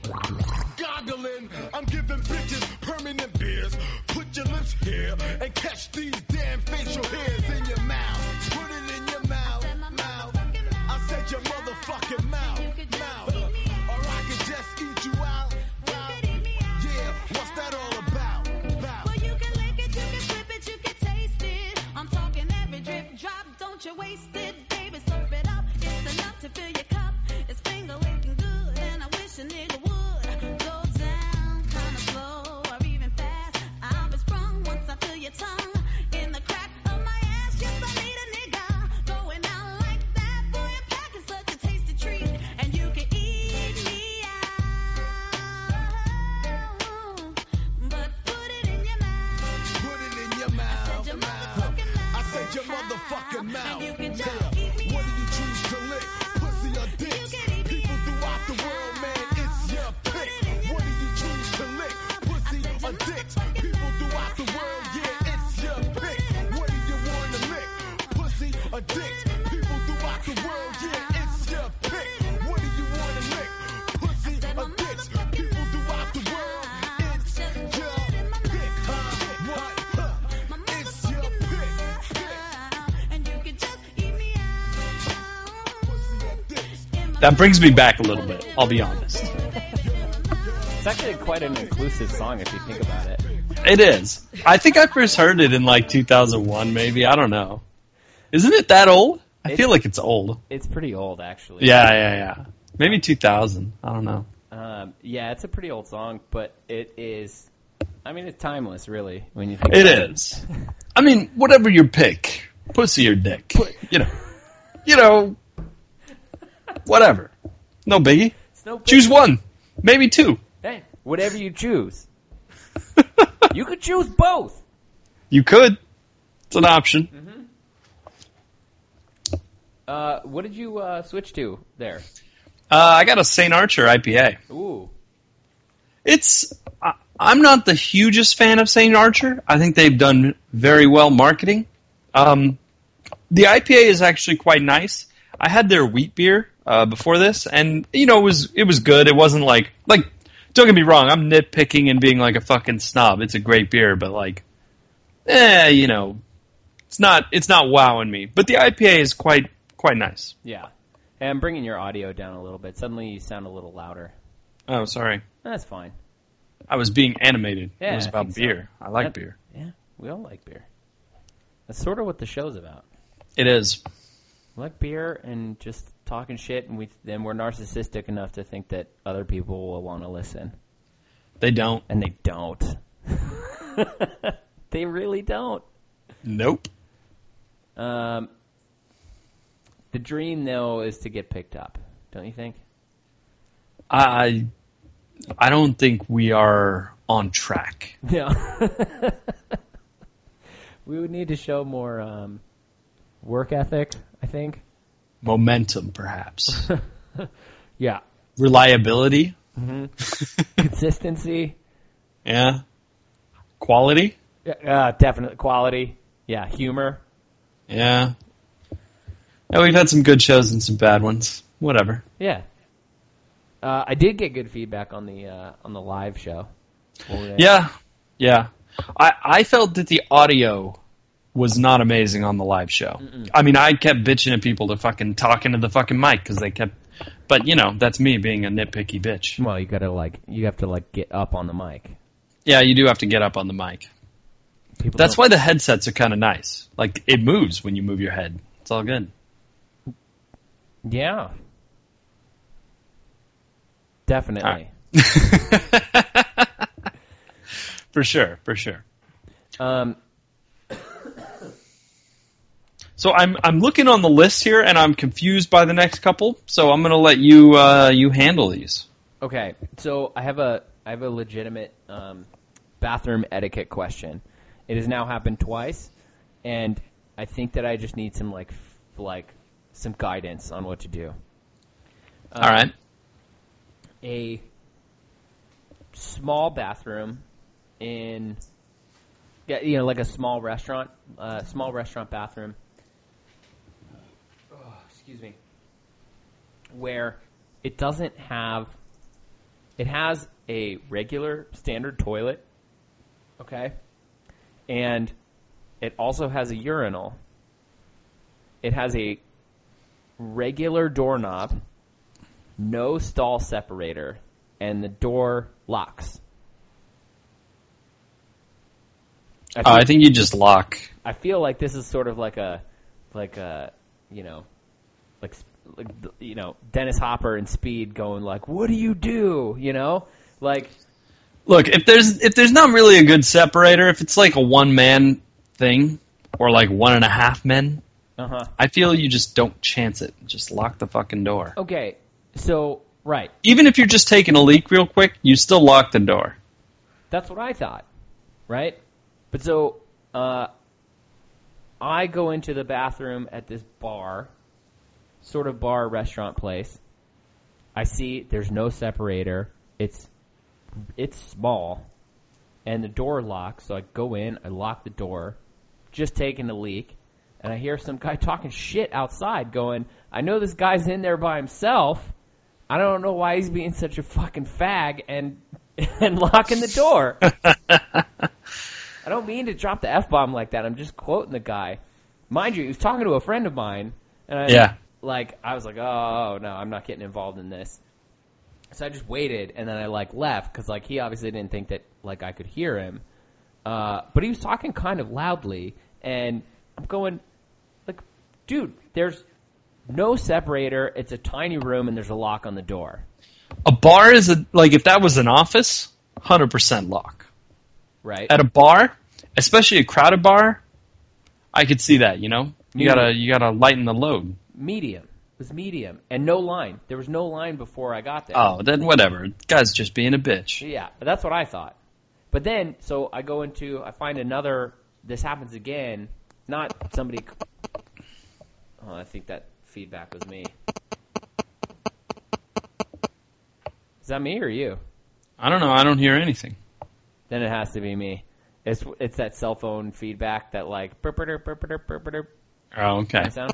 goggling, I'm giving bitches permanent beers. Put your lips here and catch these damn facial hairs in your mouth. Put it in your mouth, mouth. I said your motherfucking mouth, mouth. Or I could just eat you out, out. Yeah, what's that all about? about?
Well, you can lick it, you can flip it, you can taste it. I'm talking every drip drop, don't you waste it, baby. Slurp it up, it's enough to fill your cup. It's finger licking good, and I wish a nigga would go down kinda slow or even fast. I'll be sprung once I feel your tongue in the crack of my ass. Yes, I need a nigga going out like that. Boy, I'm packing such a tasty treat, and you can eat me out. But put it in your mouth.
Put it in your mouth,
Your
mouth.
motherfucking mouth.
I said your motherfucking mouth.
And you can just
Yeah.
eat me
What do
out.
you choose to lick? Pussy or dick?
You can eat me
People throughout the
out.
world, man, it's your
Put
pick.
it in your
What do you choose to lick? Pussy
I said
or
your
dick?
motherfucking
People throughout the world, yeah, it's your
Put
pick.
it in my
What do you want to lick? Pussy or dick?
it in my
People throughout the world, yeah, it's your pick.
it in my
What do you want to lick? Pussy
I said my
or dick?
motherfucking
People throughout the world,
mouth.
it's
Just
your
put it in my
pick.
mouth.
Huh? What? Huh?
My
It's your
motherfucking
pick.
mouth. And you can just eat me out. In my
That brings me back a little bit, I'll be honest.
It's actually quite an inclusive song if you think about it.
It is. I think I first heard it in like 2001, maybe. I don't know. Isn't it that old? I
It's-
feel like it's old.
It's pretty old, actually.
Yeah, yeah, yeah. Maybe 2000. I don't know.
Um, yeah, it's a pretty old song, but it is. I mean, it's timeless, really. When you think
It
about
is. I mean, whatever your pick, pussy or dick, you know, you know, whatever. No biggie.
It's no big-
Choose one, maybe two.
Hey, whatever you choose. You could choose both.
you could. It's an option.
Uh, what did you uh, switch to there?
Uh, I got a Saint Archer IPA.
Ooh,
It's I, I'm not the hugest fan of Saint Archer. I think they've done very well marketing. Um, the IPA is actually quite nice. I had their wheat beer uh, before this, and you know it was it was good. It wasn't like like don't get me wrong. I'm nitpicking and being like a fucking snob. It's a great beer, but like, eh, you know, it's not it's not wowing me. But the IPA is quite quite nice.
yeah. Hey, I'm bringing your audio down a little bit. Suddenly, you sound a little louder.
Oh, sorry,
That's fine.
I was being animated.
Yeah,
it was
I
about
think so.
beer. I like
That-
beer.
Yeah, we all like beer. That's sort of what the show's about.
It is.
We like beer and just talking shit, and we then we're narcissistic enough to think that other people will want to listen,
They don't.
and they don't. they really don't.
Nope.
Um, the dream though is to get picked up, don't you think?
I I don't think we are on track.
Yeah. we would need to show more um, work ethic, I think.
Momentum, perhaps.
Yeah.
Reliability.
Mm-hmm. Consistency.
Yeah. Quality.
Yeah, Uh, definitely quality. Yeah, humor.
Yeah. Yeah, we've had some good shows and some bad ones. Whatever.
Yeah. Uh, I did get good feedback on the uh, on the live show.
Yeah. Yeah. I, I felt that the audio was not amazing on the live show. I mean, I kept bitching at people to fucking talk into the fucking mic because they kept. But you know, that's me being a nitpicky bitch.
Well, you gotta like you have to like get up on the mic.
Yeah, you do have to get up on the mic.
People
That's
don't-
why the headsets are kind of nice. Like it moves when you move your head. It's all good.
Yeah. Definitely.
For sure, for sure.
Um,
So I'm I'm looking on the list here, and I'm confused by the next couple. So I'm gonna let you uh, you handle these.
Okay, so I have a I have a legitimate um, bathroom etiquette question. It has now happened twice, and I think that I just need some like f- like some guidance on what to do. Um,
all right.
A small bathroom in yeah, you know like a small restaurant, uh, small restaurant bathroom. Oh, excuse me. Where it doesn't have it has a regular standard toilet, okay? And it also has a urinal. It has a regular doorknob, no stall separator, and the door locks. I
Uh,
think-
I think you just lock.
I feel like this is sort of like a, like a, you know, like, like you know, Dennis Hopper and Speed going like, "What do you do?" You know, like,
Look, if there's if there's not really a good separator, if it's like a one man thing or like one and a half men,
uh huh.
I feel you just don't chance it. Just lock the fucking door.
Okay, so right,
Even if you're just taking a leak real quick, you still lock the door.
that's what I thought, right? But so, uh, I go into the bathroom at this bar, sort of bar restaurant place. I see there's no separator. It's it's small, and the door locks. So I go in, I lock the door, just taking a leak, and I hear some guy talking shit outside, going, "I know this guy's in there by himself." I don't know why he's being such a fucking fag and and locking the door. I don't mean to drop the f bomb like that. I'm just quoting the guy. Mind you, he was talking to a friend of mine, and I,
Yeah.
like I was like, oh no, I'm not getting involved in this. So I just waited, and then I like left because like he obviously didn't think that like I could hear him, uh, but he was talking kind of loudly, and I'm going like, dude, there's no separator. It's a tiny room, and there's a lock on the door.
A bar is a like if that was an office, hundred percent lock.
Right.
at a bar, especially a crowded bar, I could see that. You know, you
Yeah.
gotta you gotta lighten the load.
medium. It was medium, and no line. There was no line before I got there.
Oh, then whatever. Guy's just being a bitch.
Yeah, but that's what I thought. But then, so I go into, I find another. This happens again. Not somebody. Oh, I think that feedback was me. Is that me or you?
I don't know. I don't hear anything.
Then it has to be me. It's it's that cell phone feedback that like burp burp burp burp burp burp
Oh, okay.
sound.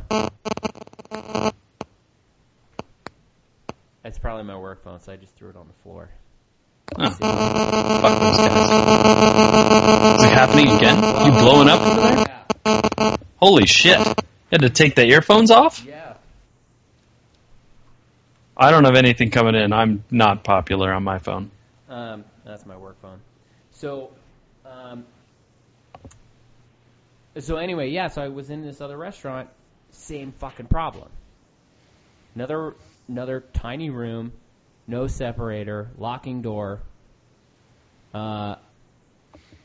That's probably my work phone, so I just threw it on the floor.
Oh, Fuck those guys. Is it happening again? You blowing up over there?
Yeah.
Holy shit! You had to take the earphones off.
Yeah.
I don't have anything coming in. I'm not popular on my phone.
Um, that's my work phone. So, um, so anyway, yeah. So I was in this other restaurant, same fucking problem. Another another tiny room, no separator, locking door. Uh,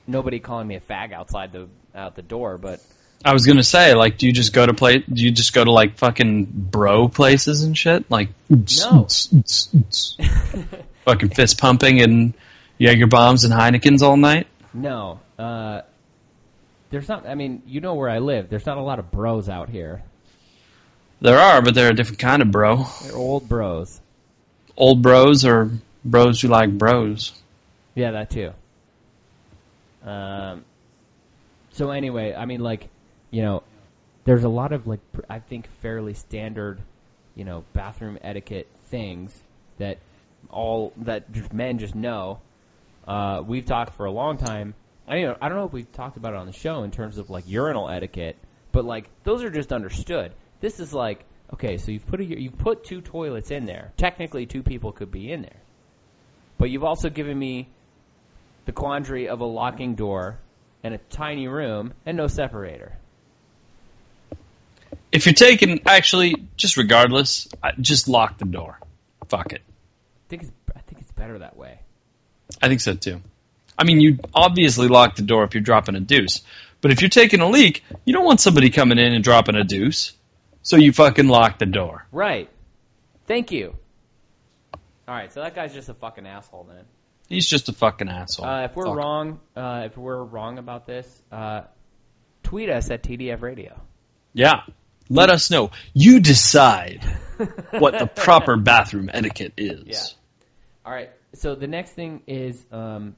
nobody calling me a fag outside the out the door, but
I was gonna say, like, do you just go to play? Do you just go to like fucking bro places and shit? Like,
No.
fucking fist pumping and Jaeger bombs and Heinekens all night.
no. Uh, there's not. I mean, you know where I live. There's not a lot of bros out here.
There are, but they're a different kind of bro.
They're old bros.
Old bros or bros who like bros.
Yeah, that too. Um, so anyway, I mean, like, you know, there's a lot of like, pr- I think fairly standard, you know, bathroom etiquette things that all that just men just know. Uh, we've talked for a long time I don't, know, I don't know if we've talked about it on the show in terms of like urinal etiquette, but like those are just understood. This is like okay, so you've put a, you've put two toilets in there. Technically, two people could be in there, but you've also given me the quandary of a locking door and a tiny room and no separator.
If you're taking, actually, just regardless, I- just lock the door. Fuck it.
I think it's I think it's better that way.
I think so too. I mean, you obviously lock the door if you're dropping a deuce, but if you're taking a leak, you don't want somebody coming in and dropping a deuce, so you fucking lock the door.
Right. Thank you. All right, so that guy's just a fucking asshole then.
He's just a fucking asshole.
Uh, if we're
Fuck.
wrong, uh, if we're wrong about this, uh, tweet us at TDF Radio.
yeah, let us know. You decide what the proper bathroom etiquette is.
Yeah. All right. So the next thing is um,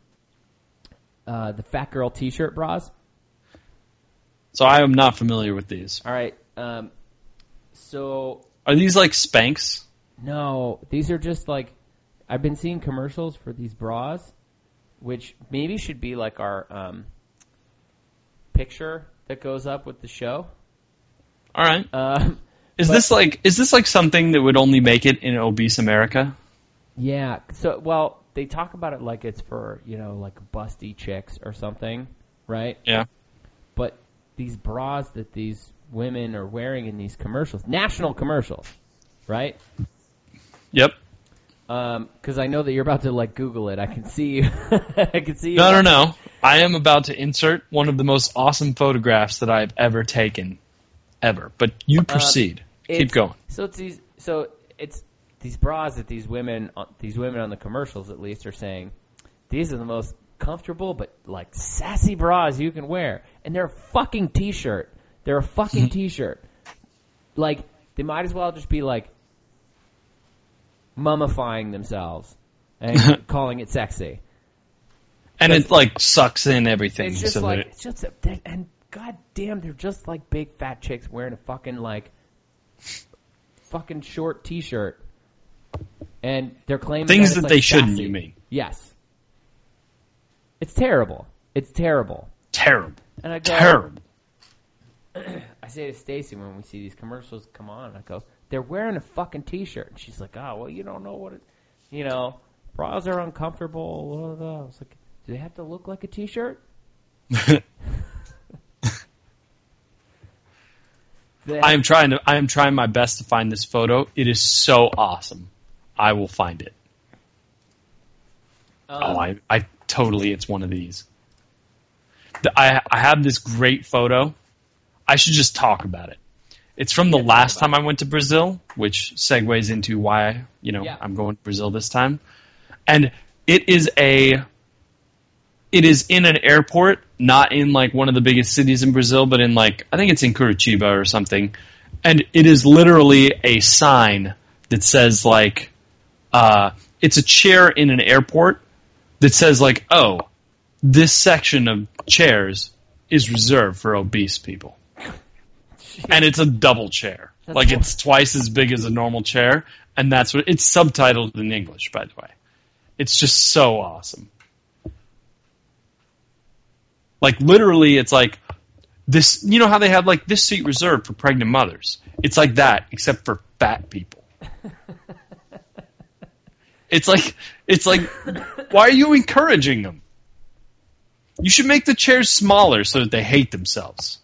uh, the fat girl T-shirt bras.
So I am not familiar with these.
All right. Um, so
Are these like Spanx?
no, these are just like I've been seeing commercials for these bras, which maybe should be like our um, picture that goes up with the show.
All right.
Um,
Is
but-
this like is this like something that would only make it in obese America?
Yeah. So, well, they talk about it like it's for you know like busty chicks or something, right?
Yeah.
But these bras that these women are wearing in these commercials, national commercials, right?
Yep.
Because I know that you're about to like Google it. I can see you. I can see you.
No, no, no. I am about to insert one of the most awesome photographs that I've ever taken, ever. But you proceed. Keep
Uh, It's-
going.
So it's these. So it's these bras that these women, uh, these women on the commercials at least, are saying these are the most comfortable but like sassy bras you can wear, and they're a fucking t-shirt. They're a fucking t-shirt. Like they might as well just be like mummifying themselves and calling it sexy.
And it like sucks in everything.
It's just
so
like
that
it's just a, they- and goddamn, they're just like big fat chicks wearing a fucking like fucking short t-shirt, and they're claiming
things
it's,
that
like,
they shouldn't.
sassy.
You mean
Yes, it's terrible. It's terrible.
terrible,
And I go,
terrible.
I say to Stacy when we see these commercials come on, I go, they're wearing a fucking t-shirt, and she's like, oh, well, you don't know what it, you know, bras are uncomfortable. Blah, blah, blah. I was like, do they have to look like a t-shirt? Do they
I am trying to. I am trying my best to find this photo. It is so awesome. I will find it.
um,
Oh, I, I totally. It's one of these. The- I, I have this great photo. I should just talk about it. It's from the last time I went to Brazil, which segues into why you know
Yeah.
I'm going to Brazil this time. And it is a. It is in an airport, not in like one of the biggest cities in Brazil, but in like I think it's in Curitiba or something. And it is literally a sign that says like, uh, it's a chair in an airport, that says like, "Oh, this section of chairs is reserved for obese people," and it's a double chair, like
hor-
it's twice as big as a normal chair, and that's what it's subtitled in English, by the way. It's just so awesome. Like literally, it's like this. You know how they have like this seat reserved for pregnant mothers. It's like that, except for fat people. It's like it's like why are you encouraging them? You should make the chairs smaller so that they hate themselves.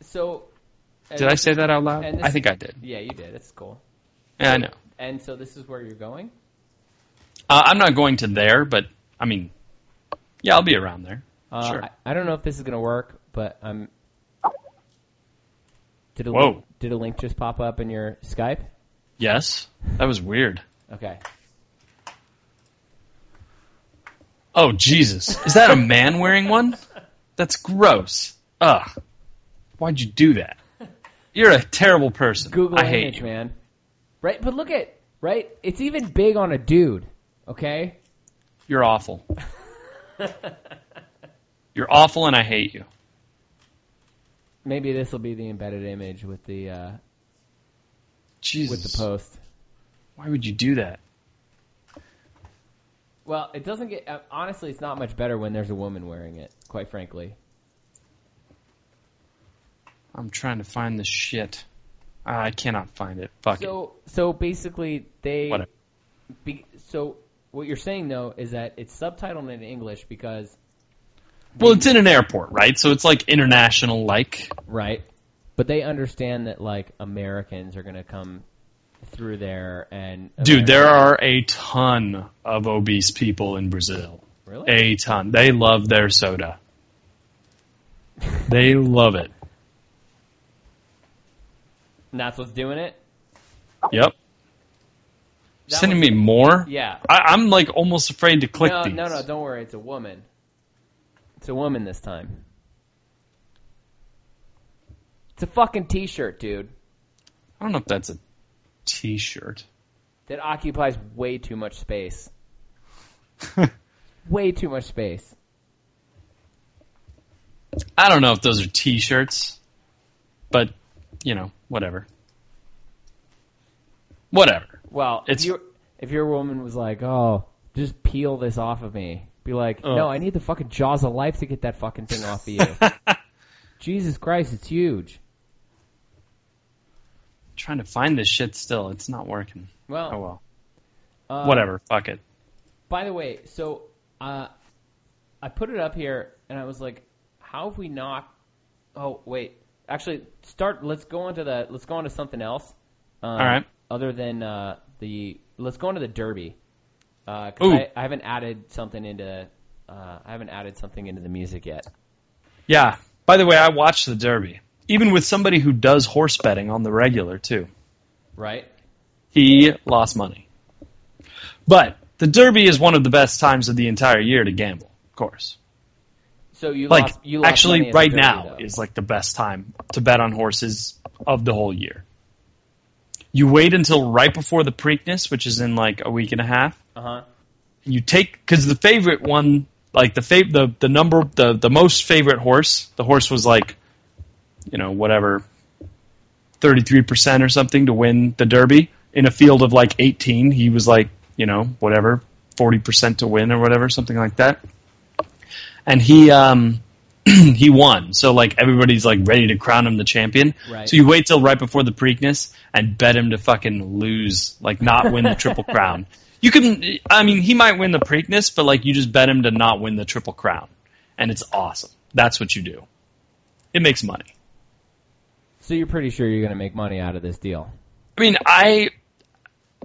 So, and
Did I
this-
say that out loud?
and this-
I think I did.
Yeah, you did. It's cool.
Yeah, I know.
And so this is where you're going.
Uh, I'm not going to there, but I mean, yeah, I'll be around there.
Uh,
Sure.
I, I don't know if this is gonna work, but um, did a
Whoa.
link, did a link just pop up in your Skype?
Yes, that was weird.
Okay.
Oh Jesus, is that a man wearing one? That's gross. Ugh, why'd you do that? You're a terrible person.
Google
I hate
image,
you.
man. Right, but look at right. It's even big on a dude. Okay.
You're awful. You're awful, and I hate you.
Maybe this will be the embedded image with the uh,
Jesus.
with the post.
Why would you do that?
Well, it doesn't get. uh, Honestly, it's not much better when there's a woman wearing it. Quite frankly,
I'm trying to find this shit. Uh, I cannot find it. Fuck it.
so so basically they.
Whatever.
Be, so what you're saying though is that it's subtitled in English because
Well, it's in an airport, right? So it's like international, like.
right, but they understand that like Americans are gonna come through there and
Dude, there are a ton of obese people in Brazil.
really
A ton. They love their soda. They love it.
and that's what's doing it.
Yep.
That
Sending
was-
me more?
Yeah.
I, I'm like almost afraid to click
no,
these.
no, no, don't worry. It's a woman. It's a woman this time. It's a fucking t-shirt, dude.
I don't know if that's a t-shirt.
That occupies way too much space. Way too much space.
I don't know if those are t-shirts, but you know, whatever. Whatever.
Well,
It's-
if you if your woman was like, "Oh, just peel this off of me," be like,
Oh.
"No, I need the fucking jaws of life to get that fucking thing off of you." Jesus Christ, it's huge.
trying to find this shit still. It's not working.
Well,
Oh well.
uh,
Whatever. Fuck it.
By the way, so uh, I put it up here, and I was like, "How have we not?" Oh wait, actually, start. Let's go on to the. Let's go on to something else. Um, All
right.
Other than uh, the, let's go on to the Derby. Uh, 'cause
Ooh.
I, I haven't added something into. Uh, I haven't added something into the music yet.
Yeah. By the way, I watched the Derby. Even with somebody who does horse betting on the regular too.
Right.
He lost money. But the Derby is one of the best times of the entire year to gamble, of course.
So you
like
lost, you lost money
actually
at the
right
Derby,
now
though.
is like the best time to bet on horses of the whole year. You wait until right before the Preakness, which is in like a week and a half.
uh-huh.
You take because the favorite one, like the fav- the the number the the most favorite horse, the horse was like, you know, whatever, thirty three percent or something to win the Derby in a field of like eighteen. He was like, you know, whatever, forty percent to win or whatever, something like that. And he um he won. So like everybody's like ready to crown him the champion.
Right.
So you wait till right before the Preakness and bet him to fucking lose, like not win the triple crown. You can, I mean, he might win the Preakness, but like you just bet him to not win the triple crown, and it's awesome. That's what you do. It makes money.
So you're pretty sure you're going to make money out of this deal.
I mean, I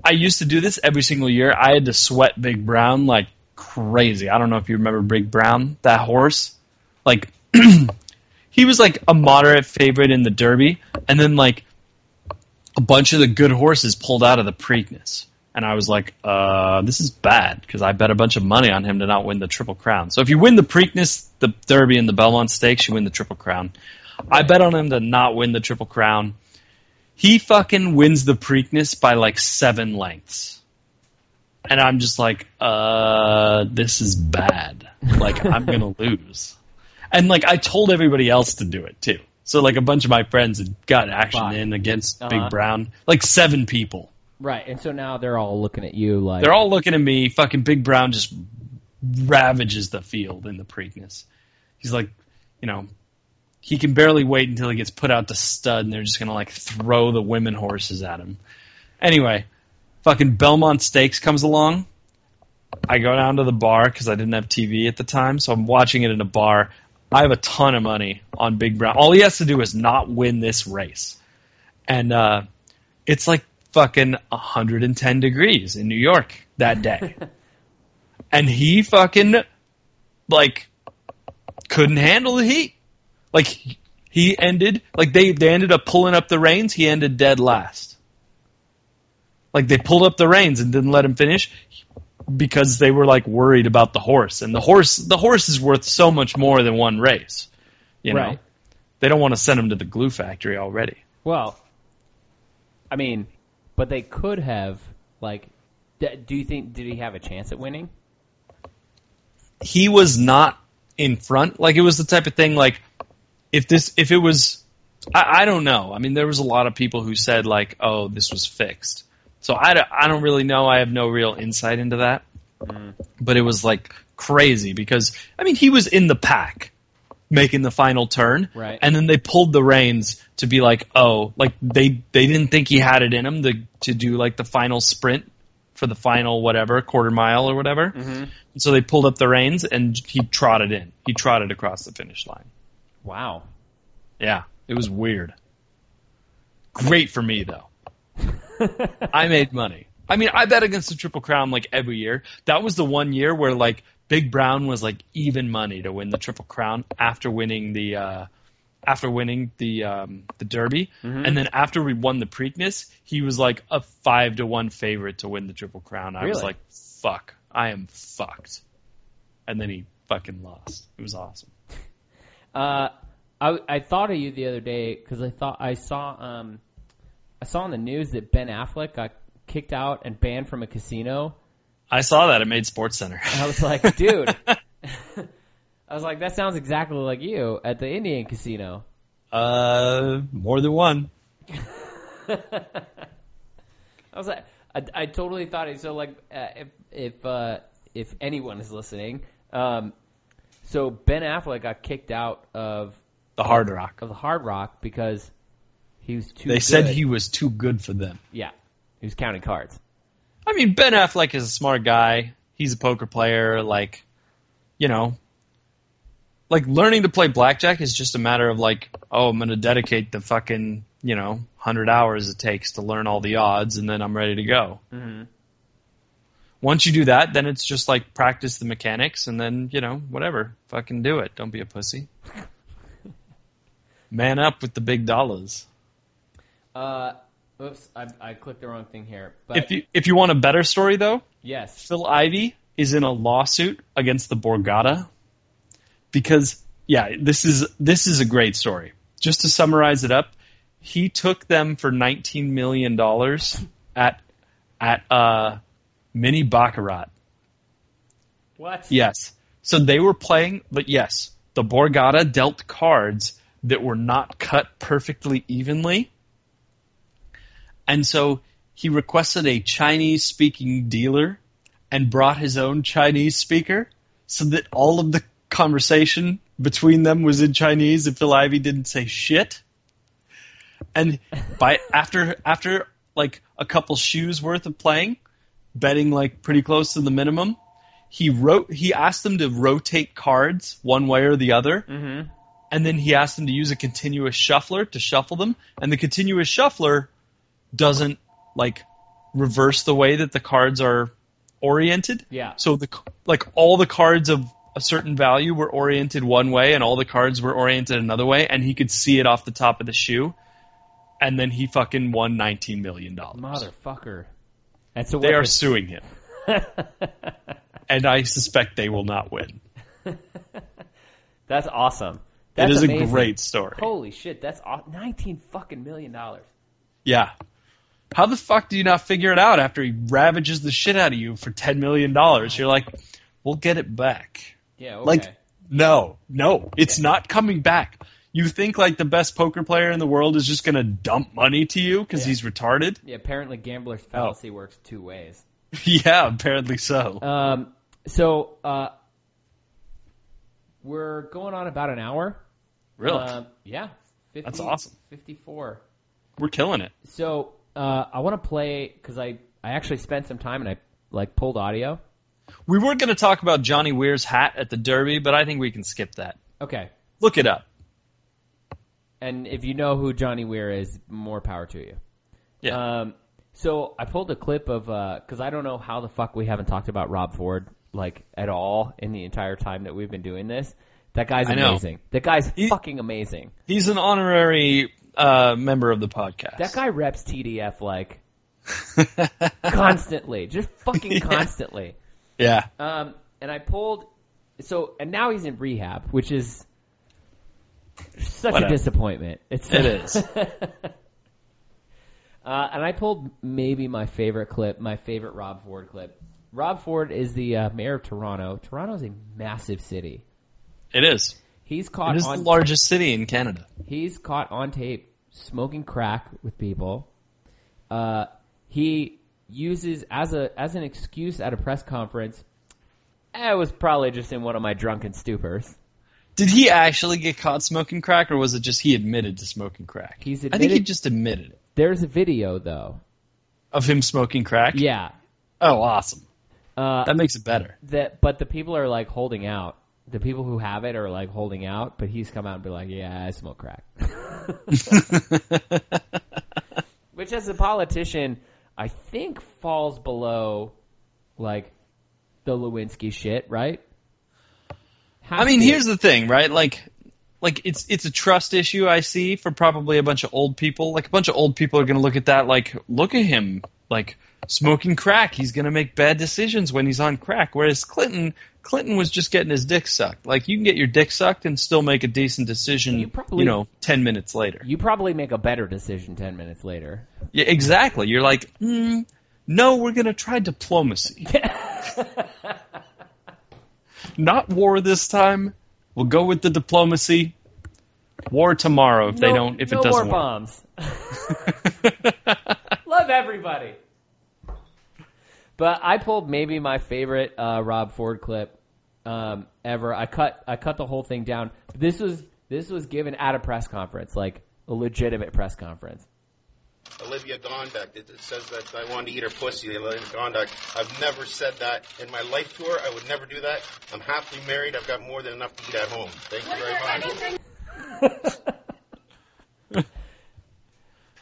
I used to do this every single year. I had to sweat Big Brown like crazy. I don't know if you remember Big Brown, that horse. Like he was like a moderate favorite in the Derby, and then like a bunch of the good horses pulled out of the Preakness. And I was like, uh, this is bad because I bet a bunch of money on him to not win the Triple Crown. So if you win the Preakness, the Derby, and the Belmont Stakes, you win the Triple Crown. I bet on him to not win the Triple Crown. He fucking wins the Preakness by like seven lengths. And I'm just like, uh, this is bad. Like, I'm going to lose. And like, I told everybody else to do it too. So like, a bunch of my friends had got action
Fuck.
in against
Uh-huh.
Big Brown. Like, seven people.
Right. And so now they're all looking at you like
They're all looking at me. Fucking Big Brown just ravages the field in the Preakness. He's like, you know, he can barely wait until he gets put out the stud, and they're just gonna like throw the women horses at him. Anyway, fucking Belmont Stakes comes along. I go down to the bar because I didn't have TV at the time, so I'm watching it in a bar. I have a ton of money on Big Brown. All he has to do is not win this race, and uh, it's like fucking 110 degrees in New York that day, and he fucking like couldn't handle the heat. Like he ended like they they ended up pulling up the reins. He ended dead last. Like they pulled up the reins and didn't let him finish because they were like worried about the horse and the horse the horse is worth so much more than one race. You know.
Right.
They don't want to send him to the glue factory already.
Well, I mean, but they could have like. d- Do you think did he have a chance at winning?
he was not in front. Like it was the type of thing like if this if it was I, I don't know. I mean there was a lot of people who said like oh this was fixed. So I, don't- I don't really know. I have no real insight into that. But it was like crazy because I mean he was in the pack making the final turn,
Right.
And then they pulled the reins to be like, oh, like they they didn't think he had it in him to to do like the final sprint for the final whatever quarter mile or whatever. So they pulled up the reins and he trotted in. He trotted across the finish line.
Wow.
Yeah, it was weird. Great for me though. I made money. I mean, I bet against the Triple Crown like every year. That was the one year where like Big Brown was like even money to win the Triple Crown after winning the uh, after winning the um, the Derby, and then after we won the Preakness, he was like a five to one favorite to win the Triple Crown. I was
Really?
like, fuck, I am fucked. And then he fucking lost. It was awesome.
Uh, I I thought of you the other day because I thought I saw um, I saw on the news that Ben Affleck got kicked out and banned from a casino.
I saw that. It made Sports Center.
And I was like, dude, I was like, that sounds exactly like you at the Indian casino.
Uh, more than one.
I was like, I, I totally thought it. So like, uh, if if uh, if anyone is listening, um, so Ben Affleck got kicked out of
The Hard Rock.
of the Hard Rock because he was too.
They said
good.
he was too good for them.
yeah he was counting cards.
I mean, Ben Affleck is a smart guy. He's a poker player. Like, you know, like learning to play blackjack is just a matter of like, oh, I'm going to dedicate the fucking, you know, 100 hours it takes to learn all the odds and then I'm ready to go. Mm-hmm. Once you do that, then it's just like practice the mechanics and then, you know, whatever. Fucking do it. Don't be a pussy. Man up with the big dollars.
Uh, oops, I, I clicked the wrong thing here. But
If you if you want a better story though,
yes,
Phil Ivey is in a lawsuit against the Borgata because yeah, this is this is a great story. Just to summarize it up, he took them for 19 million dollars at at uh mini baccarat.
what?
Yes. So they were playing, but yes, the Borgata dealt cards that were not cut perfectly evenly. And so he requested a Chinese speaking dealer and brought his own Chinese speaker so that all of the conversation between them was in Chinese and Phil Ivey didn't say shit. And by after after like a couple shoes worth of playing, betting like pretty close to the minimum, he wrote he asked them to rotate cards one way or the other
Mm. Mm-hmm.
and then he asked them to use a continuous shuffler to shuffle them and the continuous shuffler doesn't like reverse the way that the cards are oriented
Yeah.
so the c- like all the cards of a certain value were oriented one way and all the cards were oriented another way and he could see it off the top of the shoe and then he fucking won 19 million dollars
motherfucker. And so
they
what
are
the-
suing him and i suspect they will not win
that's awesome. That's
it is
amazing.
a great story.
Holy shit, that's aw- nineteen fucking million dollars.
Yeah. How the fuck do you not figure it out after he ravages the shit out of you for ten million dollars? You're like, we'll get it back.
Yeah, okay.
Like, no, no, it's not coming back. You think like the best poker player in the world is just gonna dump money to you because
Yeah.
he's retarded?
yeah, apparently gambler's
Oh.
fallacy works two ways.
yeah, apparently so.
Um, so uh, we're going on about an hour.
really,
Um, yeah. 50,
That's awesome.
Fifty-four.
we're killing it.
So uh, I want to play because I I actually spent some time and I like pulled audio.
We were gonna talk about Johnny Weir's hat at the Derby, but I think we can skip that.
Okay,
Look it up.
and if you know who Johnny Weir is, more power to you.
Yeah,
Um, so I pulled a clip of because I don't know how the fuck we haven't talked about Rob Ford like at all in the entire time that we've been doing this. That guy's
I know.
amazing. That guy's
He-
fucking amazing.
he's an honorary uh, member of the podcast.
That guy reps TDF like constantly, just fucking
Yeah.
constantly.
yeah.
Um, and I pulled. So and now he's in rehab, which is such
Whatever.
a disappointment. It's
It is.
uh, and I pulled maybe my favorite clip, my favorite Rob Ford clip. Rob Ford is the uh, mayor of Toronto. Toronto's a massive city.
It is.
He's caught
It is the
on
largest city in Canada.
he's caught on tape smoking crack with people. Uh, he uses as a as an excuse at a press conference I was probably just in one of my drunken stupors.
Did he actually get caught smoking crack, or was it just he admitted to smoking crack?
He's
I think he
admitted-
just admitted it
There's a video though.
of him smoking crack.
Yeah.
Oh, awesome.
Uh,
That makes it better.
that but the people are like holding out. The people who have it are like holding out, but he's come out and be like, "Yeah, I smoke crack." Which, as a politician, I think falls below like the Lewinsky shit, right?
I mean, here's the thing, right? Like, like it's it's a trust issue I see for probably a bunch of old people. Like a bunch of old people are going to look at that like, look at him, like smoking crack. He's going to make bad decisions when he's on crack. Whereas Clinton, Clinton was just getting his dick sucked. Like you can get your dick sucked and still make a decent decision.
You probably-
you know, ten minutes later.
you probably make a better decision ten minutes later.
Yeah, exactly. You're like, mm, no, we're going to try diplomacy. Not war this time. We'll go with the diplomacy. War tomorrow if they
No-
don't if
no
it doesn't
more
work.
bombs. Love everybody. But I pulled maybe my favorite uh, Rob Ford clip um, ever. I cut I cut the whole thing down. This was this was given at a press conference, like a legitimate press conference.
Olivia Gondek. It it says that I wanted to eat her pussy, Olivia Gondek. I've never said that in my life to her. I would never do that. I'm happily married. I've got more than enough to eat at home. Thank you very much.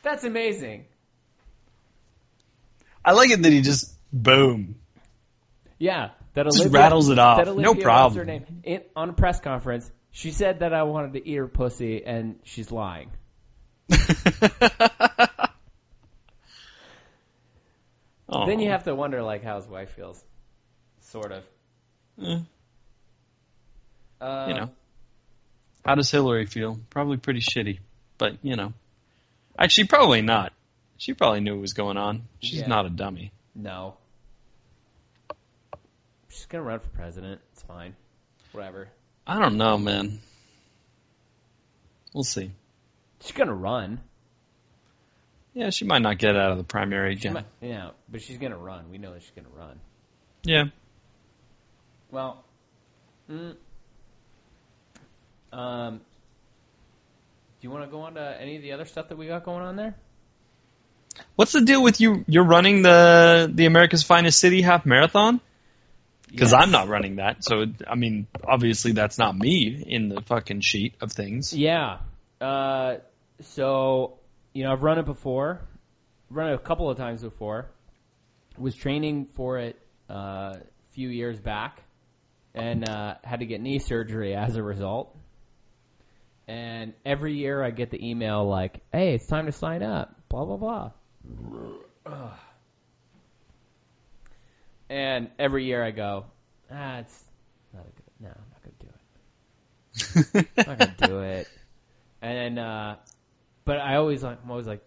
That's amazing.
I like it that he just boom.
Yeah, that
Just
Olivia,
rattles it off.
That
No
Olivia
problem.
what's Her name It- on a press conference. She said that I wanted to eat her pussy, and she's lying.
Oh,
Then you have to wonder, like, how his wife feels. Sort of.
Eh.
Uh,
you know. How does Hillary feel? Probably pretty shitty, but you know, actually probably not. She probably knew what was going on. She's
Yeah.
not a dummy.
No. She's gonna run for president. It's fine. Whatever.
I don't know, man. We'll see.
She's gonna run.
Yeah, she might not get out of the primary
She
again.
might- you know, but she's gonna run. We know that she's gonna run.
Yeah.
Well. Mm, um. Do you want to go on to any of the other stuff that we got going on there?
What's the deal with you? You're running the the America's Finest City half marathon because
Yes.
I'm not running that. So I mean, obviously that's not me in the fucking sheet of things.
Yeah. Uh, so you know, I've run it before, run it a couple of times before. Was training for it uh, a few years back, and uh, had to get knee surgery as a result. And every year I get the email like, "Hey, it's time to sign up." Blah blah blah. And every year I go, "Ah, it's not a good. No, I'm not gonna do it." I'm not gonna do it. And then, uh, but I always like, I'm always like,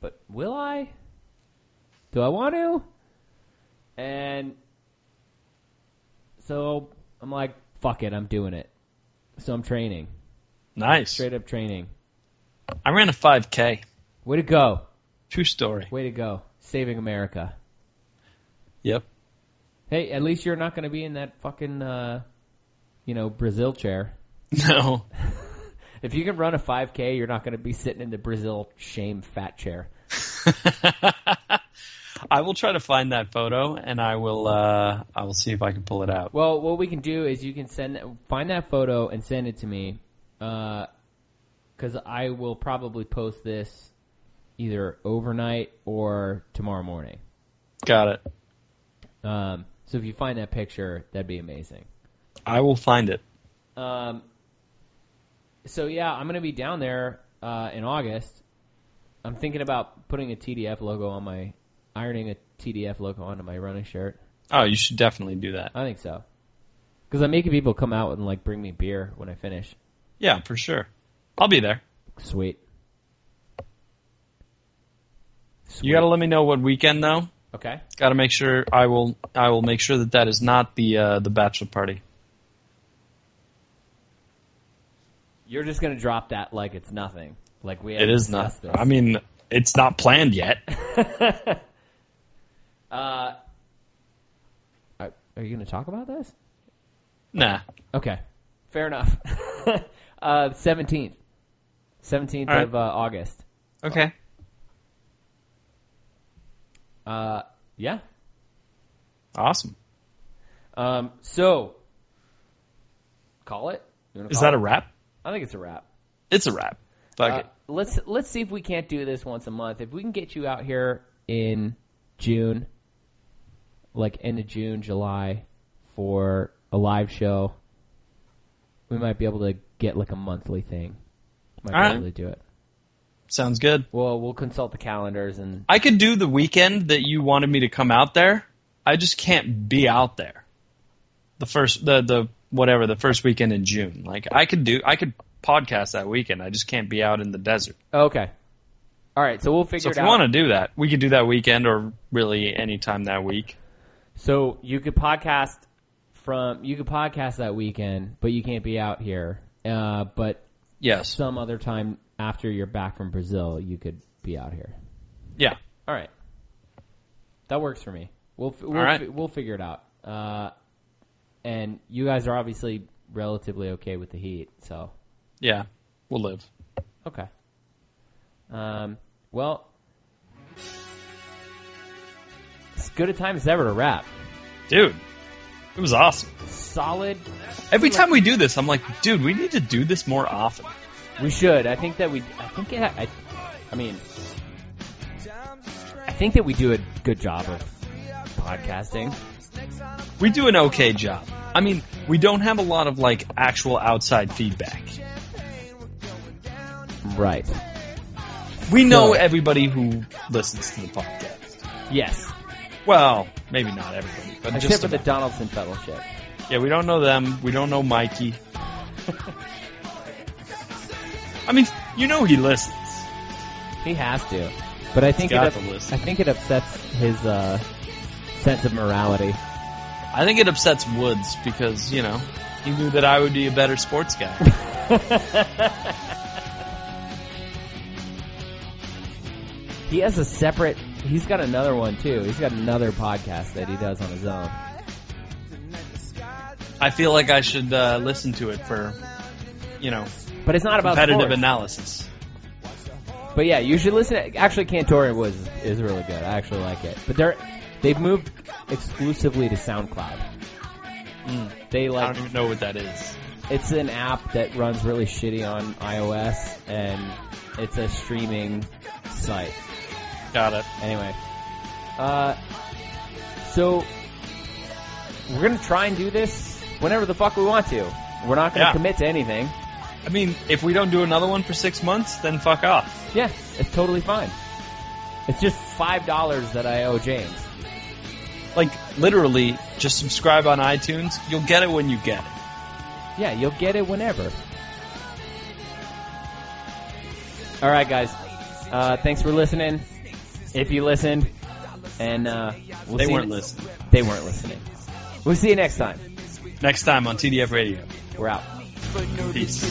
but will I? Do I want to? And so I'm like, fuck it, I'm doing it. So I'm training,
nice.
straight up training.
I ran a 5K.
Way to go,
True story.
way to go, saving America.
Yep.
Hey, at least you're not gonna be in that fucking, uh, you know, Brazil chair.
No.
If you can run a 5K, you're not gonna be sitting in the Brazil shame fat chair.
I will try to find that photo and I will uh, I will see if I can pull it out.
Well, what we can do is you can send find that photo and send it to me, because I will probably post this either overnight or tomorrow morning.
Got it.
Um, so if you find that picture, that'd be amazing.
I will find it.
Um, so yeah, I'm gonna be down there uh, in August. I'm thinking about putting a TDF logo on my, ironing a TDF logo onto my running shirt.
Oh, you should definitely do that.
I think so, because I'm making people come out and like bring me beer when I finish.
Yeah, for sure. I'll be there.
Sweet.
You got to let me know what weekend though.
Okay.
Got to make sure I will I will make sure that that is not the uh, the bachelor party.
You're just gonna drop that like it's nothing. Like we.
It
haven't
is not.
discussed This.
I mean, it's not planned yet.
uh, I, Are you going to talk about this?
Nah.
Okay, fair enough. Uh, Seventeenth, seventeenth
All right.
of uh, August.
Okay.
Uh, yeah.
Awesome.
Um, so call it. You wanna
Is
call
that a
it?
wrap?
I think it's a wrap.
It's a wrap. Fuck
Uh,
it.
let's let's see if we can't do this once a month. If we can get you out here in June, like end of June, July, for a live show, we might be able to get like a monthly thing. Might
All
be
right.
able to do it.
Sounds good.
Well, we'll consult the calendars and
I could do the weekend that you wanted me to come out there. I just can't be out there. The first the the whatever, the first weekend in June. Like I could do I could podcast that weekend. I just can't be out in the desert.
okay. All right, so we'll figure
So if
it
you
out.
want to do that, we could do that weekend or really any time that week.
So you could podcast from you could podcast that weekend, but you can't be out here. Uh, but
Yes.
some other time after you're back from Brazil, you could be out here.
Yeah.
All right, that works for me. We'll fi- we'll,
right.
fi- we'll figure it out. Uh, and you guys are obviously relatively okay with the heat, so
Yeah. We'll live.
okay. Um, well, as good a time as ever to wrap.
Dude. It was awesome.
Solid.
Every time we do this, I'm like, dude, we need to do this more often.
We should. I think that we. I think. It, I. I mean. I think that we do a good job of podcasting.
We do an okay job. I mean, we don't have a lot of like actual outside feedback.
Right.
We know
No.
everybody who listens to the podcast.
Yes.
Well, maybe not everybody, but
Except
just
for the
about.
Donaldson Fellowship.
yeah. We don't know them. We don't know Mikey. I mean, you know he listens.
He has to. But I think it
got
up-
the list.
I think it upsets his uh, sense of morality.
I think it upsets Woods because you know he knew that I would be a better sports guy.
He has a separate. He's got another one too. He's got another podcast that he does on his own.
I feel like I should uh, listen to it for you know
But it's not about
competitive
sports.
analysis.
But yeah, you should listen. To, actually, Cantorian Woods is, is really good. I actually like it. But they're they've moved exclusively to SoundCloud. They
Mm, I
like
don't even know what that is.
it's an app that runs really shitty on iOS, and it's a streaming site.
Got it.
Anyway, uh, so we're gonna try and do this whenever the fuck we want to. We're not gonna
Yeah.
commit to anything.
I mean, if we don't do another one for six months, then fuck off.
Yeah, it's totally fine. It's just five dollars that I owe James.
Like, literally, just subscribe on iTunes. You'll get it when you get it.
Yeah, you'll get it whenever. All right, guys. Uh, thanks for listening. If you listened, and uh, we'll
They
see
weren't
you
listening.
They weren't listening. We'll see you next time.
Next time on TDF Radio.
We're out.
Peace.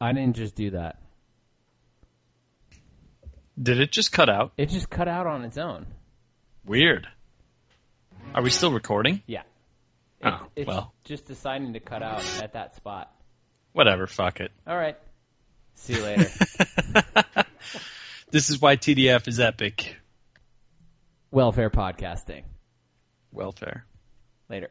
I didn't just do that.
Did it just cut out?
It just cut out on its own.
Weird. Are we still recording?
Yeah. It,
Oh,
it's
well.
just deciding to cut out at that spot.
Whatever, fuck it.
All right. See you later.
this is why TDF is epic.
Welfare podcasting.
Welfare.
Later.